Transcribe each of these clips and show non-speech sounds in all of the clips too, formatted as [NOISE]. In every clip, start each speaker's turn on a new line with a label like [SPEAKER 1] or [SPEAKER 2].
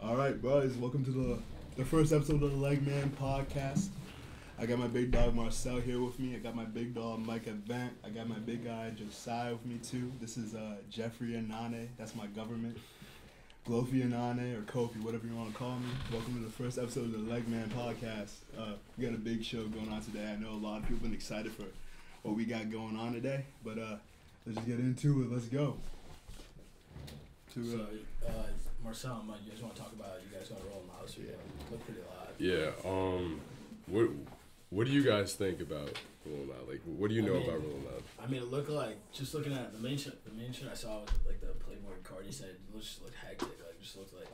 [SPEAKER 1] All right, brothers, welcome to the the first episode of the Leg Man podcast. I got my big dog Marcel here with me. I got my big dog Mike Advent. I got my big guy Josiah with me too. This is uh, Jeffrey Anane. That's my government. Glofi Anane or Kofi, whatever you want to call me. Welcome to the first episode of the Leg Man podcast. Uh, we got a big show going on today. I know a lot of people been excited for what we got going on today, but uh, let's just get into it. Let's go.
[SPEAKER 2] So,
[SPEAKER 1] To, uh,
[SPEAKER 2] uh, Marcel and Mike, you guys want to talk about you guys want to roll them out? So yeah, look pretty live.
[SPEAKER 3] Yeah. Um. What What do you guys think about Rolling Loud? Like, what do you
[SPEAKER 2] I
[SPEAKER 3] know
[SPEAKER 2] mean-
[SPEAKER 3] about Rolling Loud?
[SPEAKER 2] I mean, it looked like just looking at it, the main shot. The main shot I saw was like the Playboy card. He said it just looked hectic. Like it just looked like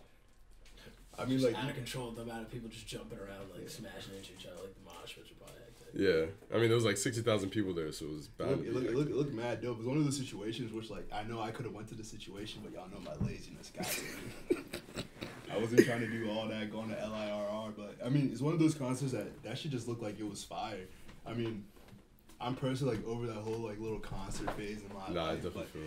[SPEAKER 1] I mean,
[SPEAKER 2] just
[SPEAKER 1] like
[SPEAKER 2] out of control. The amount of people just jumping around, like smashing into each other, like the mosh, which are probably hectic.
[SPEAKER 3] Yeah. I mean, there was like sixty thousand people there, so it was
[SPEAKER 1] It
[SPEAKER 3] bound
[SPEAKER 1] looked, it,
[SPEAKER 3] to be
[SPEAKER 1] looked, it,
[SPEAKER 3] hectic.
[SPEAKER 1] looked, it looked mad dope. It was one of those situations which, like, I know I could have went to the situation, but y'all know my laziness got me.
[SPEAKER 3] [LAUGHS]
[SPEAKER 1] I wasn't trying to do all that going to LIRR, but I mean, it's one of those concerts that that should just look like it was fire. I mean, I'm personally like over that whole like little concert phase in my
[SPEAKER 3] Nah, I
[SPEAKER 1] life.
[SPEAKER 3] definitely
[SPEAKER 1] But
[SPEAKER 3] feel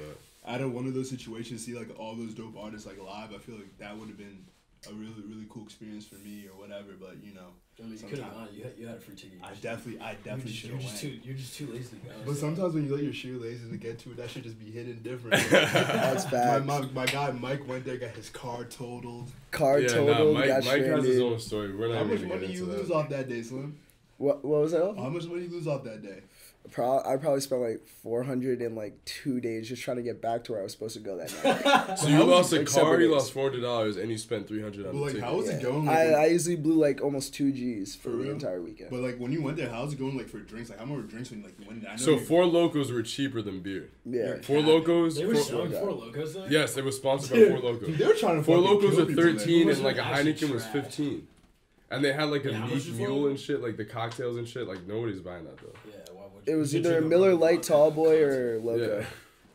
[SPEAKER 3] that.
[SPEAKER 1] out of one of those situations, see like all those dope artists like live, I feel like that would have been a really really cool experience for me or whatever. But you know,
[SPEAKER 2] I mean, you could have gone. You had, you had a free ticket. You
[SPEAKER 1] I
[SPEAKER 2] just-
[SPEAKER 1] definitely I
[SPEAKER 2] you
[SPEAKER 1] definitely
[SPEAKER 2] just-
[SPEAKER 1] should
[SPEAKER 2] You're
[SPEAKER 1] have
[SPEAKER 2] just
[SPEAKER 1] went.
[SPEAKER 2] too. You're just too lazy to go.
[SPEAKER 1] But
[SPEAKER 2] so-
[SPEAKER 1] sometimes when you let your shoelaces and get to it, that should just be hidden different.
[SPEAKER 3] [LAUGHS]
[SPEAKER 1] That's bad. My, my, my guy Mike went there, got his car totaled.
[SPEAKER 4] Car
[SPEAKER 3] Yeah.
[SPEAKER 4] totaled,
[SPEAKER 3] nah. Mike, Mike has
[SPEAKER 4] got
[SPEAKER 3] his
[SPEAKER 4] stranded.
[SPEAKER 3] own story. We're not
[SPEAKER 1] How much
[SPEAKER 3] even
[SPEAKER 1] money
[SPEAKER 3] gonna
[SPEAKER 1] did
[SPEAKER 3] get
[SPEAKER 1] you
[SPEAKER 3] into
[SPEAKER 1] lose
[SPEAKER 3] that.
[SPEAKER 1] off that day, Slim?
[SPEAKER 4] What, what was that?
[SPEAKER 1] How much money did you lose off that day?
[SPEAKER 4] Pro- I probably spent like 400 in like two days just trying to get back to where I was supposed to go that
[SPEAKER 1] [LAUGHS]
[SPEAKER 4] night.
[SPEAKER 3] So you lost a
[SPEAKER 4] Like
[SPEAKER 3] car,
[SPEAKER 4] separate
[SPEAKER 3] you
[SPEAKER 4] days.
[SPEAKER 3] lost four hundred dollars, and you spent three hundred on
[SPEAKER 1] Well,
[SPEAKER 3] the
[SPEAKER 1] like,
[SPEAKER 3] ticket.
[SPEAKER 1] how was it
[SPEAKER 4] Yeah.
[SPEAKER 1] going? Like,
[SPEAKER 4] I, I usually blew like almost two G's
[SPEAKER 1] For
[SPEAKER 4] for, the
[SPEAKER 1] real?
[SPEAKER 4] entire weekend.
[SPEAKER 1] but like when you went there, how's it going? Like for drinks, like how much drinks when you like you went there? I know
[SPEAKER 3] so
[SPEAKER 1] you-
[SPEAKER 3] four locos were cheaper than beer.
[SPEAKER 4] yeah.
[SPEAKER 3] Four locos.
[SPEAKER 2] they were
[SPEAKER 3] four-
[SPEAKER 2] selling
[SPEAKER 4] God.
[SPEAKER 2] four locos though.
[SPEAKER 3] yes, they were sponsored
[SPEAKER 1] Dude, [LAUGHS]
[SPEAKER 3] by Four Locos.
[SPEAKER 1] Dude, they were trying to
[SPEAKER 3] Four
[SPEAKER 1] fucking
[SPEAKER 3] locos
[SPEAKER 1] kill
[SPEAKER 3] are
[SPEAKER 1] people, man.
[SPEAKER 3] thirteen,
[SPEAKER 2] Those
[SPEAKER 3] and like
[SPEAKER 2] are
[SPEAKER 3] a
[SPEAKER 2] actually
[SPEAKER 3] Heineken was
[SPEAKER 2] trash.
[SPEAKER 3] fifteen, and they had like a
[SPEAKER 2] Yeah, how much
[SPEAKER 3] meat
[SPEAKER 2] is
[SPEAKER 3] mule
[SPEAKER 2] one?
[SPEAKER 3] and shit, like the cocktails and shit. Like nobody's buying that though.
[SPEAKER 2] Yeah. Why would
[SPEAKER 4] It
[SPEAKER 2] you?
[SPEAKER 4] was
[SPEAKER 2] You should
[SPEAKER 4] either
[SPEAKER 2] do
[SPEAKER 4] Miller
[SPEAKER 2] one
[SPEAKER 4] Lite,
[SPEAKER 2] concert.
[SPEAKER 4] Tall Boy, or Loco.
[SPEAKER 3] Yeah.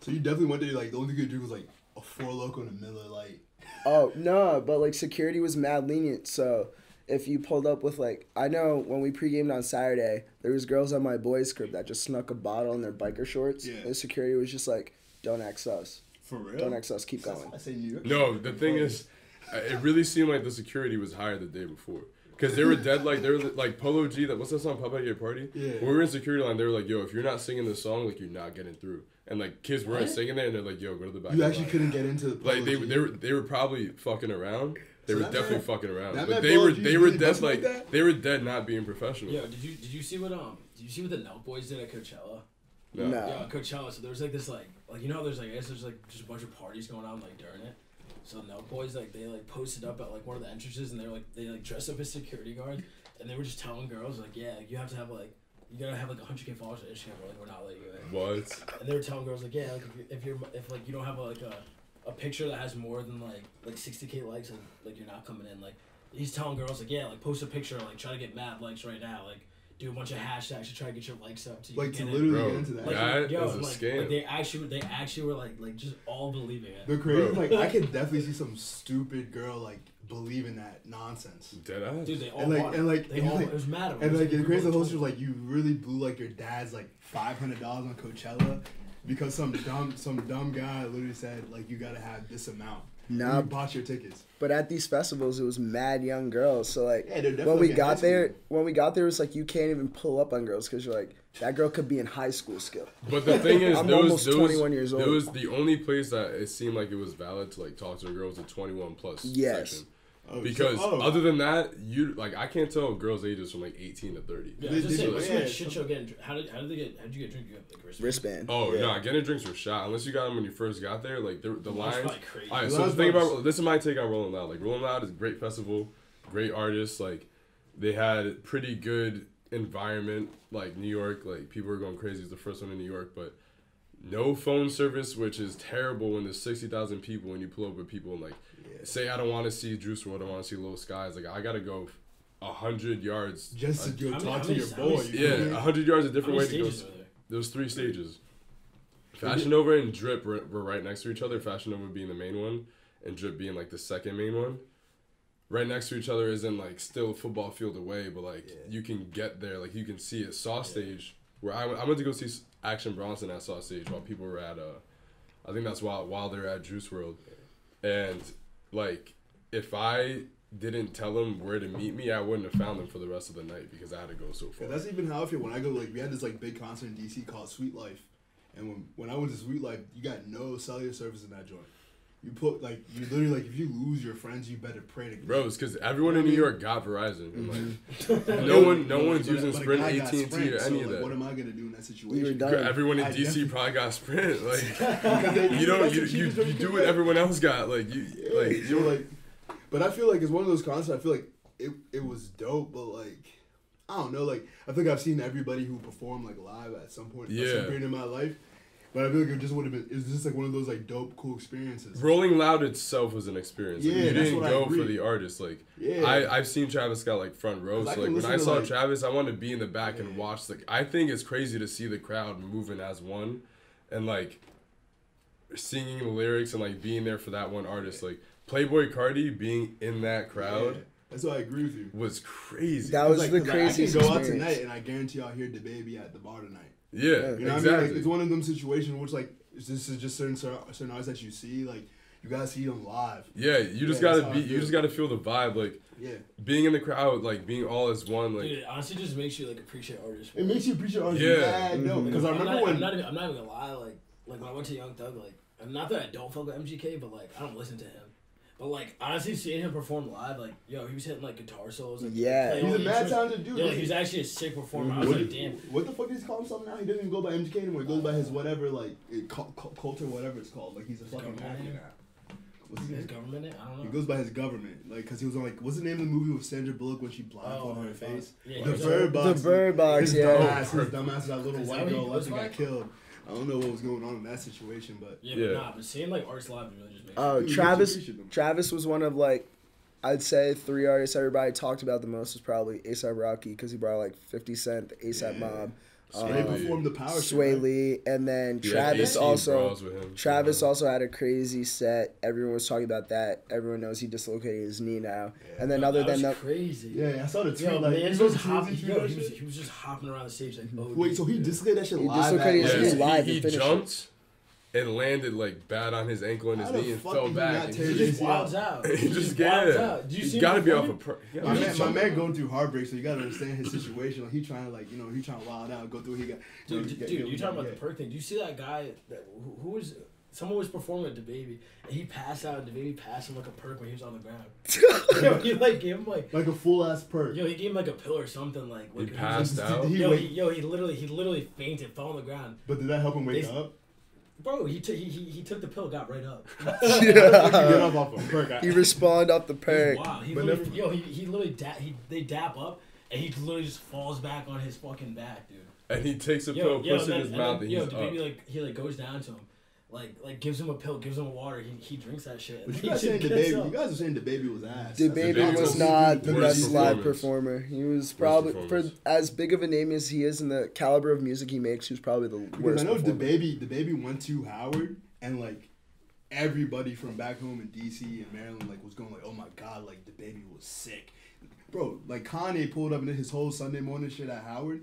[SPEAKER 1] So you definitely went there. Like the only good drink was like a four loco and a Miller Lite.
[SPEAKER 4] [LAUGHS] Oh no, but like security was mad lenient. So if you pulled up with like, I know when we pregamed on Saturday, there was girls on my boys' crib that just snuck a bottle in their biker shorts.
[SPEAKER 1] Yeah.
[SPEAKER 4] And the security was just like, "Don't X us,
[SPEAKER 1] For real?
[SPEAKER 4] don't X us, keep going."
[SPEAKER 1] I say New York.
[SPEAKER 3] No, the thing is, uh, it really seemed like the security was higher the day before. Cause they were dead like they were like Polo G that what's that song Pop Out of Your Party?
[SPEAKER 1] Yeah.
[SPEAKER 3] When we were in security line, they were like, "Yo, if you're not singing this song, like you're not getting through." And like kids weren't
[SPEAKER 2] What?
[SPEAKER 3] singing it, and they're like, "Yo, go to the
[SPEAKER 1] You
[SPEAKER 3] back." of the
[SPEAKER 1] actually
[SPEAKER 3] line."
[SPEAKER 1] couldn't get into the
[SPEAKER 3] Like they
[SPEAKER 1] Polo G.
[SPEAKER 3] they were they were probably fucking around. They
[SPEAKER 1] So
[SPEAKER 3] were
[SPEAKER 1] that
[SPEAKER 3] definitely
[SPEAKER 1] meant-
[SPEAKER 3] fucking around,
[SPEAKER 1] that
[SPEAKER 3] but
[SPEAKER 1] meant
[SPEAKER 3] they
[SPEAKER 1] Polo
[SPEAKER 3] were
[SPEAKER 1] G
[SPEAKER 3] they were
[SPEAKER 1] really
[SPEAKER 3] dead
[SPEAKER 1] busting like
[SPEAKER 3] like
[SPEAKER 1] that?
[SPEAKER 3] they were dead not being professional.
[SPEAKER 2] Yo, did you did you see what um did you see what the Nelk Boys did at Coachella?
[SPEAKER 3] No.
[SPEAKER 4] No.
[SPEAKER 2] Yeah, Coachella. So there was like this like like you know how there's like I guess there's like just a bunch of parties going on like during it. So the Nelk Boys like they like posted up at like one of the entrances and they were like they like dressed up as security guards and they were just telling girls like yeah like, you have to have like you gotta have like 100k followers on Instagram or like we're not letting you in.
[SPEAKER 3] What?
[SPEAKER 2] And they were telling girls like yeah like if you're if, you're, if like you don't have like a a picture that has more than like like 60k likes like like you're not coming in like he's telling girls like yeah like post a picture like try to get mad likes right now like do a bunch of hashtags to try to get your likes up so you
[SPEAKER 1] like
[SPEAKER 2] can
[SPEAKER 1] to
[SPEAKER 2] get in.
[SPEAKER 1] literally
[SPEAKER 3] Bro,
[SPEAKER 1] get into that.
[SPEAKER 2] Like,
[SPEAKER 3] That
[SPEAKER 2] yo,
[SPEAKER 3] is a
[SPEAKER 2] like,
[SPEAKER 3] scam.
[SPEAKER 2] like, they actually, they actually were like, like just all believing it.
[SPEAKER 1] The crazy
[SPEAKER 3] Bro.
[SPEAKER 1] like I could definitely see some stupid girl like believe in that nonsense.
[SPEAKER 3] Dead ass.
[SPEAKER 2] Dude, they all
[SPEAKER 1] And like
[SPEAKER 2] bought it.
[SPEAKER 1] and like
[SPEAKER 2] they
[SPEAKER 1] and
[SPEAKER 2] all,
[SPEAKER 1] like,
[SPEAKER 2] it was mad at them.
[SPEAKER 1] and
[SPEAKER 2] It was
[SPEAKER 1] like the
[SPEAKER 2] people
[SPEAKER 1] crazy
[SPEAKER 2] were
[SPEAKER 1] host was
[SPEAKER 2] told-
[SPEAKER 1] like you really blew like your dad's like five hundred dollars on Coachella because some dumb some dumb guy literally said like you gotta have this amount. And
[SPEAKER 4] Nah.
[SPEAKER 1] you bought your tickets.
[SPEAKER 4] But at these festivals, it was mad young girls. So like,
[SPEAKER 1] Yeah, they're
[SPEAKER 4] when
[SPEAKER 1] definitely
[SPEAKER 4] we
[SPEAKER 1] in high
[SPEAKER 4] got
[SPEAKER 1] school.
[SPEAKER 4] there, when we got there, it was like you can't even pull up on girls because you're like, that girl could be in high school still.
[SPEAKER 3] But the thing is,
[SPEAKER 4] I'm
[SPEAKER 3] there was,
[SPEAKER 4] almost
[SPEAKER 3] there
[SPEAKER 4] 21
[SPEAKER 3] was,
[SPEAKER 4] years
[SPEAKER 3] There
[SPEAKER 4] old.
[SPEAKER 3] was the only place that it seemed like it was valid to like talk to a girl was the 21 plus
[SPEAKER 4] Yes.
[SPEAKER 3] section.
[SPEAKER 1] Oh,
[SPEAKER 3] Because
[SPEAKER 1] so- oh.
[SPEAKER 3] other than that, you like I can't tell girls' ages from like 18 to 30.
[SPEAKER 2] yeah,
[SPEAKER 1] they-
[SPEAKER 2] they, just
[SPEAKER 1] they-
[SPEAKER 2] saying, what's
[SPEAKER 1] yeah,
[SPEAKER 2] that
[SPEAKER 1] so-
[SPEAKER 2] shit show getting? dr- How did, how did they get? How did you get drink? You have like wristband.
[SPEAKER 4] Wristband.
[SPEAKER 3] Oh
[SPEAKER 4] Yeah.
[SPEAKER 3] no, getting drinks were shot unless you got them when you first got there. Like the, the lines.
[SPEAKER 2] probably crazy.
[SPEAKER 3] All right,
[SPEAKER 1] The
[SPEAKER 3] so
[SPEAKER 1] lines
[SPEAKER 3] the thing
[SPEAKER 1] probably-
[SPEAKER 3] about this is my take on Rolling Loud. Like Rolling Loud is a great festival, great artists. Like they had pretty good environment. Like New York, like people were going crazy. It was the first one in New York, but no phone service, which is terrible when there's sixty thousand people and you pull up with people and like say I don't want to see Juice WRLD, I want to see Lil Skies. Like I gotta go a hundred yards.
[SPEAKER 1] just to
[SPEAKER 3] a,
[SPEAKER 1] go
[SPEAKER 2] Uh, How many-
[SPEAKER 1] talk
[SPEAKER 2] how
[SPEAKER 1] to
[SPEAKER 2] many-
[SPEAKER 1] your
[SPEAKER 2] how
[SPEAKER 1] boy.
[SPEAKER 2] many-
[SPEAKER 1] you know what I mean?
[SPEAKER 3] yeah, a hundred yards a
[SPEAKER 2] How
[SPEAKER 3] different
[SPEAKER 2] many
[SPEAKER 3] way to go.
[SPEAKER 2] stages were there?
[SPEAKER 3] There was three stages. Fashion Nova and Drip were, were right next to each other. Fashion Nova being the main one, and Drip being like the second main one. Right next to each other isn't like still football field away, but like you can get there. Like you can see it. Saw stage where I went, I went to go see S- Action Bronson at Saw stage while people were at uh, I think that's while while they're at Juice World, and like if I didn't tell them where to meet me, I wouldn't have found them for the rest of the night because I had to go so far.
[SPEAKER 1] Cause that's even how I feel when I go. Like we had this like big concert in DC called Sweet Life, and when when I went to Sweet Life, you got no cellular service in that joint. You put like you literally like if you lose your friends, you better pray to
[SPEAKER 3] Bro, it's because everyone in New York got Verizon. And, like,
[SPEAKER 1] Mm-hmm. [LAUGHS]
[SPEAKER 3] no
[SPEAKER 1] But-
[SPEAKER 3] one, no one's
[SPEAKER 1] but-
[SPEAKER 3] using
[SPEAKER 1] but a
[SPEAKER 3] Sprint,
[SPEAKER 1] guy
[SPEAKER 3] AT
[SPEAKER 1] got
[SPEAKER 3] and T,
[SPEAKER 1] Sprint,
[SPEAKER 3] or
[SPEAKER 1] so,
[SPEAKER 3] any of
[SPEAKER 1] like, What
[SPEAKER 3] that.
[SPEAKER 1] am I gonna do in that
[SPEAKER 4] We were
[SPEAKER 1] situation? [LAUGHS]
[SPEAKER 4] done.
[SPEAKER 3] Everyone in
[SPEAKER 1] I
[SPEAKER 3] DC probably got Sprint. [LAUGHS] Like
[SPEAKER 1] [LAUGHS]
[SPEAKER 3] you don't, you, you, you do what
[SPEAKER 1] every.
[SPEAKER 3] everyone else got. Like you, like
[SPEAKER 1] [LAUGHS] you're like, but I feel like it's one of those concerts. I feel like it, it was dope, but like, I don't know. Like, I think I've seen everybody who performed like live at some point, yeah.
[SPEAKER 3] Yeah.
[SPEAKER 1] some period in my life. But I feel like it just would have been. It's just like one of those like dope, cool experiences.
[SPEAKER 3] Rolling Loud itself was an experience. Like,
[SPEAKER 1] Yeah,
[SPEAKER 3] you
[SPEAKER 1] that's
[SPEAKER 3] didn't
[SPEAKER 1] what I
[SPEAKER 3] go
[SPEAKER 1] agree.
[SPEAKER 3] for the artist. Like
[SPEAKER 1] Yeah.
[SPEAKER 3] I, I've seen Travis Scott like front row.
[SPEAKER 1] 'Cause I
[SPEAKER 3] So
[SPEAKER 1] can
[SPEAKER 3] like when
[SPEAKER 1] listen
[SPEAKER 3] I
[SPEAKER 1] to,
[SPEAKER 3] saw
[SPEAKER 1] like-
[SPEAKER 3] Travis, I wanted to be in the back and
[SPEAKER 1] Yeah.
[SPEAKER 3] watch. Like I think it's crazy to see the crowd moving as one, and like singing the lyrics and like being there for that one artist. Like Playboy Cardi being in that crowd
[SPEAKER 1] Yeah. That's why I agree with you.
[SPEAKER 3] was crazy.
[SPEAKER 4] That
[SPEAKER 1] It's
[SPEAKER 4] was
[SPEAKER 1] like,
[SPEAKER 4] the
[SPEAKER 1] 'cause
[SPEAKER 4] craziest
[SPEAKER 1] I, I can go out
[SPEAKER 4] experience.
[SPEAKER 1] tonight, and I guarantee I'll hear the baby at the bar tonight.
[SPEAKER 3] yeah,
[SPEAKER 1] You know what I mean? Like,
[SPEAKER 3] exactly.
[SPEAKER 1] it's one of them situations which like it's- this is just certain cer- certain artists that you see. Like you guys see them live.
[SPEAKER 3] Yeah, you just
[SPEAKER 1] Yeah, that's
[SPEAKER 3] gotta
[SPEAKER 1] how
[SPEAKER 3] be.
[SPEAKER 1] I
[SPEAKER 3] You
[SPEAKER 1] feel.
[SPEAKER 3] just gotta feel the vibe. Like
[SPEAKER 1] Yeah.
[SPEAKER 3] being in the crowd, like being all as one. Like
[SPEAKER 2] Dude, it honestly just makes you like appreciate artists.
[SPEAKER 1] It
[SPEAKER 2] more.
[SPEAKER 1] makes you appreciate artists.
[SPEAKER 3] Yeah. Mm-hmm.
[SPEAKER 1] Yeah. No, because I
[SPEAKER 2] I'm
[SPEAKER 1] remember
[SPEAKER 2] not,
[SPEAKER 1] when
[SPEAKER 2] I'm not, even, I'm not even gonna lie. Like, like when I went to Young Thug, like, and not that I don't fuck with MGK, but like I don't listen to him. But like honestly, seeing him perform live, like yo, he was hitting like guitar solos. Like,
[SPEAKER 4] Yeah.
[SPEAKER 2] playing
[SPEAKER 1] He's
[SPEAKER 2] all
[SPEAKER 1] a
[SPEAKER 2] the
[SPEAKER 1] mad
[SPEAKER 2] instruments.
[SPEAKER 1] talented dude.
[SPEAKER 2] Yeah,
[SPEAKER 1] Like,
[SPEAKER 2] like, he's actually a sick performer. I was
[SPEAKER 1] what,
[SPEAKER 2] like,
[SPEAKER 1] the-
[SPEAKER 2] damn.
[SPEAKER 1] what the fuck does he call himself now? He doesn't even go by MGK anymore. He goes by his whatever, like, it, cult, cult or whatever it's called. Like, he's a fucking
[SPEAKER 2] government
[SPEAKER 1] actor
[SPEAKER 2] name?
[SPEAKER 1] now. What's his
[SPEAKER 2] His
[SPEAKER 1] name?
[SPEAKER 2] government, name? I don't know.
[SPEAKER 1] He goes by his government. Like, because he was on, like, what's the name of the movie with Sandra Bullock when she blindfolded
[SPEAKER 2] Oh,
[SPEAKER 1] her
[SPEAKER 2] fuck.
[SPEAKER 1] face?
[SPEAKER 2] Yeah,
[SPEAKER 1] the
[SPEAKER 2] he was
[SPEAKER 1] Bird
[SPEAKER 4] on- The
[SPEAKER 1] Box.
[SPEAKER 4] Bird Box,
[SPEAKER 1] His
[SPEAKER 4] yeah.
[SPEAKER 1] Dumbass,
[SPEAKER 3] [LAUGHS]
[SPEAKER 1] his dumbass, that little
[SPEAKER 2] Is that
[SPEAKER 1] white
[SPEAKER 2] what he
[SPEAKER 1] girl left
[SPEAKER 2] goes
[SPEAKER 1] and
[SPEAKER 2] by?
[SPEAKER 1] got killed. I don't know what was going on in that situation, but.
[SPEAKER 2] yeah,
[SPEAKER 3] Yeah.
[SPEAKER 2] But nah, but seeing like artists live really just makes.
[SPEAKER 4] Oh,
[SPEAKER 1] Dude, you
[SPEAKER 4] Travis.
[SPEAKER 1] should- you should them.
[SPEAKER 4] Travis was one of like, I'd say three artists everybody talked about the most was probably ASAP Rocky because he brought like Fifty Cent, the ASAP
[SPEAKER 1] Yeah.
[SPEAKER 4] Mob,
[SPEAKER 1] And they
[SPEAKER 4] Um,
[SPEAKER 1] performed the power shit,
[SPEAKER 4] Sway
[SPEAKER 1] right?
[SPEAKER 4] Lee, and then
[SPEAKER 3] Yeah,
[SPEAKER 4] Travis
[SPEAKER 3] 18
[SPEAKER 4] also.
[SPEAKER 3] bras with him.
[SPEAKER 4] Travis
[SPEAKER 3] Yeah.
[SPEAKER 4] also had a crazy set. Everyone was talking about that. Everyone knows he dislocated his knee now. And then
[SPEAKER 2] Yo,
[SPEAKER 4] other
[SPEAKER 2] that
[SPEAKER 4] than
[SPEAKER 2] was
[SPEAKER 4] that,
[SPEAKER 2] crazy.
[SPEAKER 1] Yeah, I saw the tweet.
[SPEAKER 2] Yo,
[SPEAKER 1] like,
[SPEAKER 2] man,
[SPEAKER 1] you
[SPEAKER 2] he
[SPEAKER 1] know
[SPEAKER 2] was
[SPEAKER 1] the
[SPEAKER 2] hopping.
[SPEAKER 1] Travis
[SPEAKER 2] Yo,
[SPEAKER 1] tweet
[SPEAKER 2] he was
[SPEAKER 1] that
[SPEAKER 2] he was just hopping around the stage like. Oh,
[SPEAKER 1] shit? Wait, so he dislocated that shit
[SPEAKER 4] He
[SPEAKER 1] live? at,
[SPEAKER 4] dislocated
[SPEAKER 1] like,
[SPEAKER 4] his
[SPEAKER 3] Yeah,
[SPEAKER 4] knee
[SPEAKER 3] he-
[SPEAKER 4] live
[SPEAKER 3] he,
[SPEAKER 4] and finished
[SPEAKER 3] jumped and landed like bad on his ankle and his
[SPEAKER 1] How the
[SPEAKER 3] knee and
[SPEAKER 1] fuck
[SPEAKER 3] fell
[SPEAKER 1] did he
[SPEAKER 3] back.
[SPEAKER 1] not
[SPEAKER 3] And
[SPEAKER 1] tear
[SPEAKER 3] he
[SPEAKER 2] He
[SPEAKER 1] his-
[SPEAKER 3] just,
[SPEAKER 2] just wilds out.
[SPEAKER 3] [LAUGHS] he
[SPEAKER 2] wilds
[SPEAKER 3] just yeah.
[SPEAKER 2] out. Did you see
[SPEAKER 3] He's
[SPEAKER 2] him
[SPEAKER 3] got to be off
[SPEAKER 2] perform
[SPEAKER 3] a.
[SPEAKER 2] it?
[SPEAKER 3] Pr-
[SPEAKER 1] My man, my
[SPEAKER 2] Jump.
[SPEAKER 1] man going through heartbreak, so you gotta understand his situation. Like he trying to like you know he trying to wild out, go through. He got you know,
[SPEAKER 2] Dude,
[SPEAKER 1] he got-
[SPEAKER 2] dude,
[SPEAKER 1] get-
[SPEAKER 2] you're talking about
[SPEAKER 1] yeah.
[SPEAKER 2] the perk thing. Do you see that guy that who, who was someone was performing at the baby and he passed out and the baby passed him like a perk when he was on the ground. [LAUGHS] yo,
[SPEAKER 4] [LAUGHS]
[SPEAKER 2] he like gave him like
[SPEAKER 1] like a full ass perk.
[SPEAKER 2] yo he gave him like a pill or something like.
[SPEAKER 3] He
[SPEAKER 2] like-
[SPEAKER 3] passed
[SPEAKER 1] Did
[SPEAKER 3] out.
[SPEAKER 1] he-
[SPEAKER 2] Yo, he,
[SPEAKER 1] wake-
[SPEAKER 2] yo, he literally, he literally fainted, fell on the ground.
[SPEAKER 1] but did that help him wake
[SPEAKER 2] They- [LAUGHS]
[SPEAKER 1] up?
[SPEAKER 2] Bro, he took, he, he, he took the pill, got right
[SPEAKER 3] [LAUGHS]
[SPEAKER 2] up.
[SPEAKER 1] I
[SPEAKER 4] that,
[SPEAKER 1] can get up
[SPEAKER 2] [LAUGHS]
[SPEAKER 1] off a perk. I-
[SPEAKER 4] he respawned off the perk.
[SPEAKER 2] Wow, he
[SPEAKER 1] But
[SPEAKER 2] literally,
[SPEAKER 1] never-
[SPEAKER 2] yo, he, he literally, da- he, they dap up, and he literally just falls back on his fucking back, dude.
[SPEAKER 3] And he takes a
[SPEAKER 2] Yo,
[SPEAKER 3] pill,
[SPEAKER 2] yo,
[SPEAKER 3] puts it in
[SPEAKER 2] then-
[SPEAKER 3] his
[SPEAKER 2] and
[SPEAKER 3] mouth,
[SPEAKER 2] then,
[SPEAKER 3] and
[SPEAKER 2] yo,
[SPEAKER 3] he's
[SPEAKER 2] the
[SPEAKER 3] up.
[SPEAKER 2] baby like he like goes down to him, like like gives him a pill, gives him water. He he drinks that shit.
[SPEAKER 1] But
[SPEAKER 2] and
[SPEAKER 1] you guys
[SPEAKER 2] he
[SPEAKER 1] saying the
[SPEAKER 2] just
[SPEAKER 1] baby?
[SPEAKER 2] gets
[SPEAKER 1] You
[SPEAKER 2] up.
[SPEAKER 1] guys are saying the baby was ass.
[SPEAKER 4] The
[SPEAKER 1] That's a
[SPEAKER 4] baby
[SPEAKER 1] fact.
[SPEAKER 4] was
[SPEAKER 3] Worst
[SPEAKER 4] not the
[SPEAKER 3] performance.
[SPEAKER 4] best live performer. He was probably for
[SPEAKER 3] performance.
[SPEAKER 4] as big of a name as he is and the caliber of music he makes. He was probably the
[SPEAKER 1] Because
[SPEAKER 4] worst.
[SPEAKER 1] I know the
[SPEAKER 4] performer.
[SPEAKER 1] baby. The baby went to Howard and like. Everybody from back home in DC and Maryland like was going like, oh my god, like the baby was sick, bro. Like Kanye pulled up and did his whole Sunday morning shit at Howard,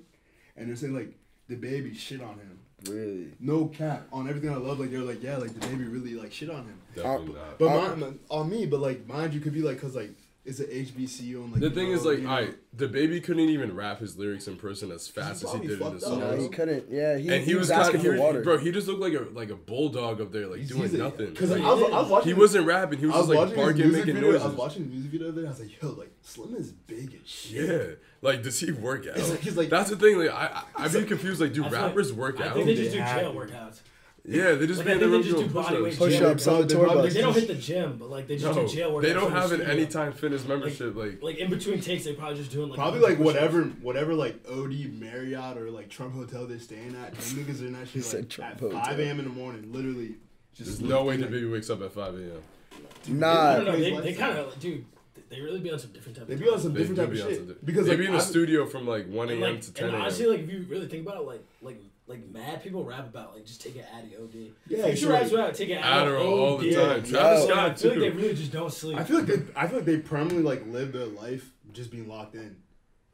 [SPEAKER 1] and they're saying like the baby shit on him.
[SPEAKER 4] really.
[SPEAKER 1] no cap on everything I love. Like they're like, yeah, like the baby really like shit on him.
[SPEAKER 3] Definitely
[SPEAKER 4] Uh,
[SPEAKER 3] not.
[SPEAKER 1] But my, my- on me, but like mind you, could be like, cause like it's an HBCU and like
[SPEAKER 3] The
[SPEAKER 1] you
[SPEAKER 3] thing
[SPEAKER 1] know,
[SPEAKER 3] is, like,
[SPEAKER 1] you know.
[SPEAKER 3] I the baby couldn't even rap his lyrics in person as fast as he
[SPEAKER 1] probably
[SPEAKER 3] did in the
[SPEAKER 1] fucked up.
[SPEAKER 4] No,
[SPEAKER 3] songs.
[SPEAKER 4] he couldn't. Yeah, he,
[SPEAKER 3] and
[SPEAKER 4] he was,
[SPEAKER 3] kinda-
[SPEAKER 4] asking
[SPEAKER 3] he
[SPEAKER 4] for
[SPEAKER 3] was-
[SPEAKER 4] water.
[SPEAKER 3] Bro, he just looked like a like a bulldog up there, like
[SPEAKER 1] He's-
[SPEAKER 3] doing
[SPEAKER 1] he's a-
[SPEAKER 3] nothing.
[SPEAKER 1] Cause
[SPEAKER 2] Like,
[SPEAKER 1] I was, I was watching.
[SPEAKER 3] he wasn't rapping. He was,
[SPEAKER 1] I was
[SPEAKER 3] just like
[SPEAKER 1] watching his
[SPEAKER 3] barking,
[SPEAKER 1] music
[SPEAKER 3] making
[SPEAKER 1] video. I was
[SPEAKER 3] noises.
[SPEAKER 1] watching his music video the other day. I was like, yo, like Slim is big as shit.
[SPEAKER 3] Yeah, like does he work out?
[SPEAKER 1] It's like- he's like-
[SPEAKER 3] That's the thing. Like I, I I'd be confused. Like do
[SPEAKER 2] I feel like-
[SPEAKER 3] rappers work
[SPEAKER 2] I
[SPEAKER 3] out?
[SPEAKER 2] think they
[SPEAKER 1] They
[SPEAKER 2] just do
[SPEAKER 1] have
[SPEAKER 2] jail
[SPEAKER 1] to.
[SPEAKER 2] workouts.
[SPEAKER 3] yeah, they just
[SPEAKER 2] Like,
[SPEAKER 3] be
[SPEAKER 2] I think
[SPEAKER 3] in the
[SPEAKER 2] they
[SPEAKER 3] room
[SPEAKER 2] just
[SPEAKER 3] doing
[SPEAKER 2] do body
[SPEAKER 3] push-ups.
[SPEAKER 2] weight
[SPEAKER 4] Push ups on the tour
[SPEAKER 1] Probably-
[SPEAKER 4] bus.
[SPEAKER 2] Like, they don't hit the gym, but like they just
[SPEAKER 3] No,
[SPEAKER 2] do jail workouts.
[SPEAKER 3] they don't
[SPEAKER 2] in the
[SPEAKER 3] have an
[SPEAKER 2] studio.
[SPEAKER 3] anytime fitness membership. Like,
[SPEAKER 2] Like in between takes, they probably just doing like
[SPEAKER 1] Probably
[SPEAKER 2] a bunch
[SPEAKER 1] like
[SPEAKER 2] of push-ups.
[SPEAKER 1] whatever, whatever like OD Marriott or like Trump Hotel they're staying at. Them niggas are in that
[SPEAKER 4] He
[SPEAKER 1] shit
[SPEAKER 4] said
[SPEAKER 1] like
[SPEAKER 4] Trump
[SPEAKER 1] at
[SPEAKER 4] Hotel.
[SPEAKER 1] five a.m. in the morning, literally.
[SPEAKER 3] there's
[SPEAKER 1] Just
[SPEAKER 3] no way the
[SPEAKER 1] lifting,
[SPEAKER 3] baby wakes up at five a.m.
[SPEAKER 1] like, dude,
[SPEAKER 4] Nah.
[SPEAKER 2] I don't know.
[SPEAKER 1] his
[SPEAKER 2] They,
[SPEAKER 1] life
[SPEAKER 2] they
[SPEAKER 1] is-
[SPEAKER 2] kind of like, dude. They really be on some different type.
[SPEAKER 1] They
[SPEAKER 2] of
[SPEAKER 1] be on
[SPEAKER 2] time.
[SPEAKER 1] some
[SPEAKER 3] They
[SPEAKER 1] different
[SPEAKER 3] do
[SPEAKER 1] type of
[SPEAKER 3] be on
[SPEAKER 1] shit.
[SPEAKER 3] some di-
[SPEAKER 1] Because
[SPEAKER 3] they
[SPEAKER 1] like,
[SPEAKER 3] be in the
[SPEAKER 1] I've-
[SPEAKER 3] studio from like one
[SPEAKER 2] And,
[SPEAKER 3] a.m.
[SPEAKER 2] like,
[SPEAKER 3] to ten
[SPEAKER 2] and
[SPEAKER 3] a.m.
[SPEAKER 2] honestly, like if you really think about it, like like like mad people rap about like just taking Addy OD.
[SPEAKER 1] Yeah,
[SPEAKER 2] Future
[SPEAKER 1] sure.
[SPEAKER 2] raps about taking Addy
[SPEAKER 3] Adderall all
[SPEAKER 2] OD.
[SPEAKER 3] the time.
[SPEAKER 1] yeah.
[SPEAKER 3] Travis
[SPEAKER 4] No.
[SPEAKER 2] Like, I
[SPEAKER 3] Scott
[SPEAKER 2] feel like they
[SPEAKER 3] too.
[SPEAKER 2] really just don't sleep.
[SPEAKER 1] I feel like they, I feel like they permanently like live their life just being locked in.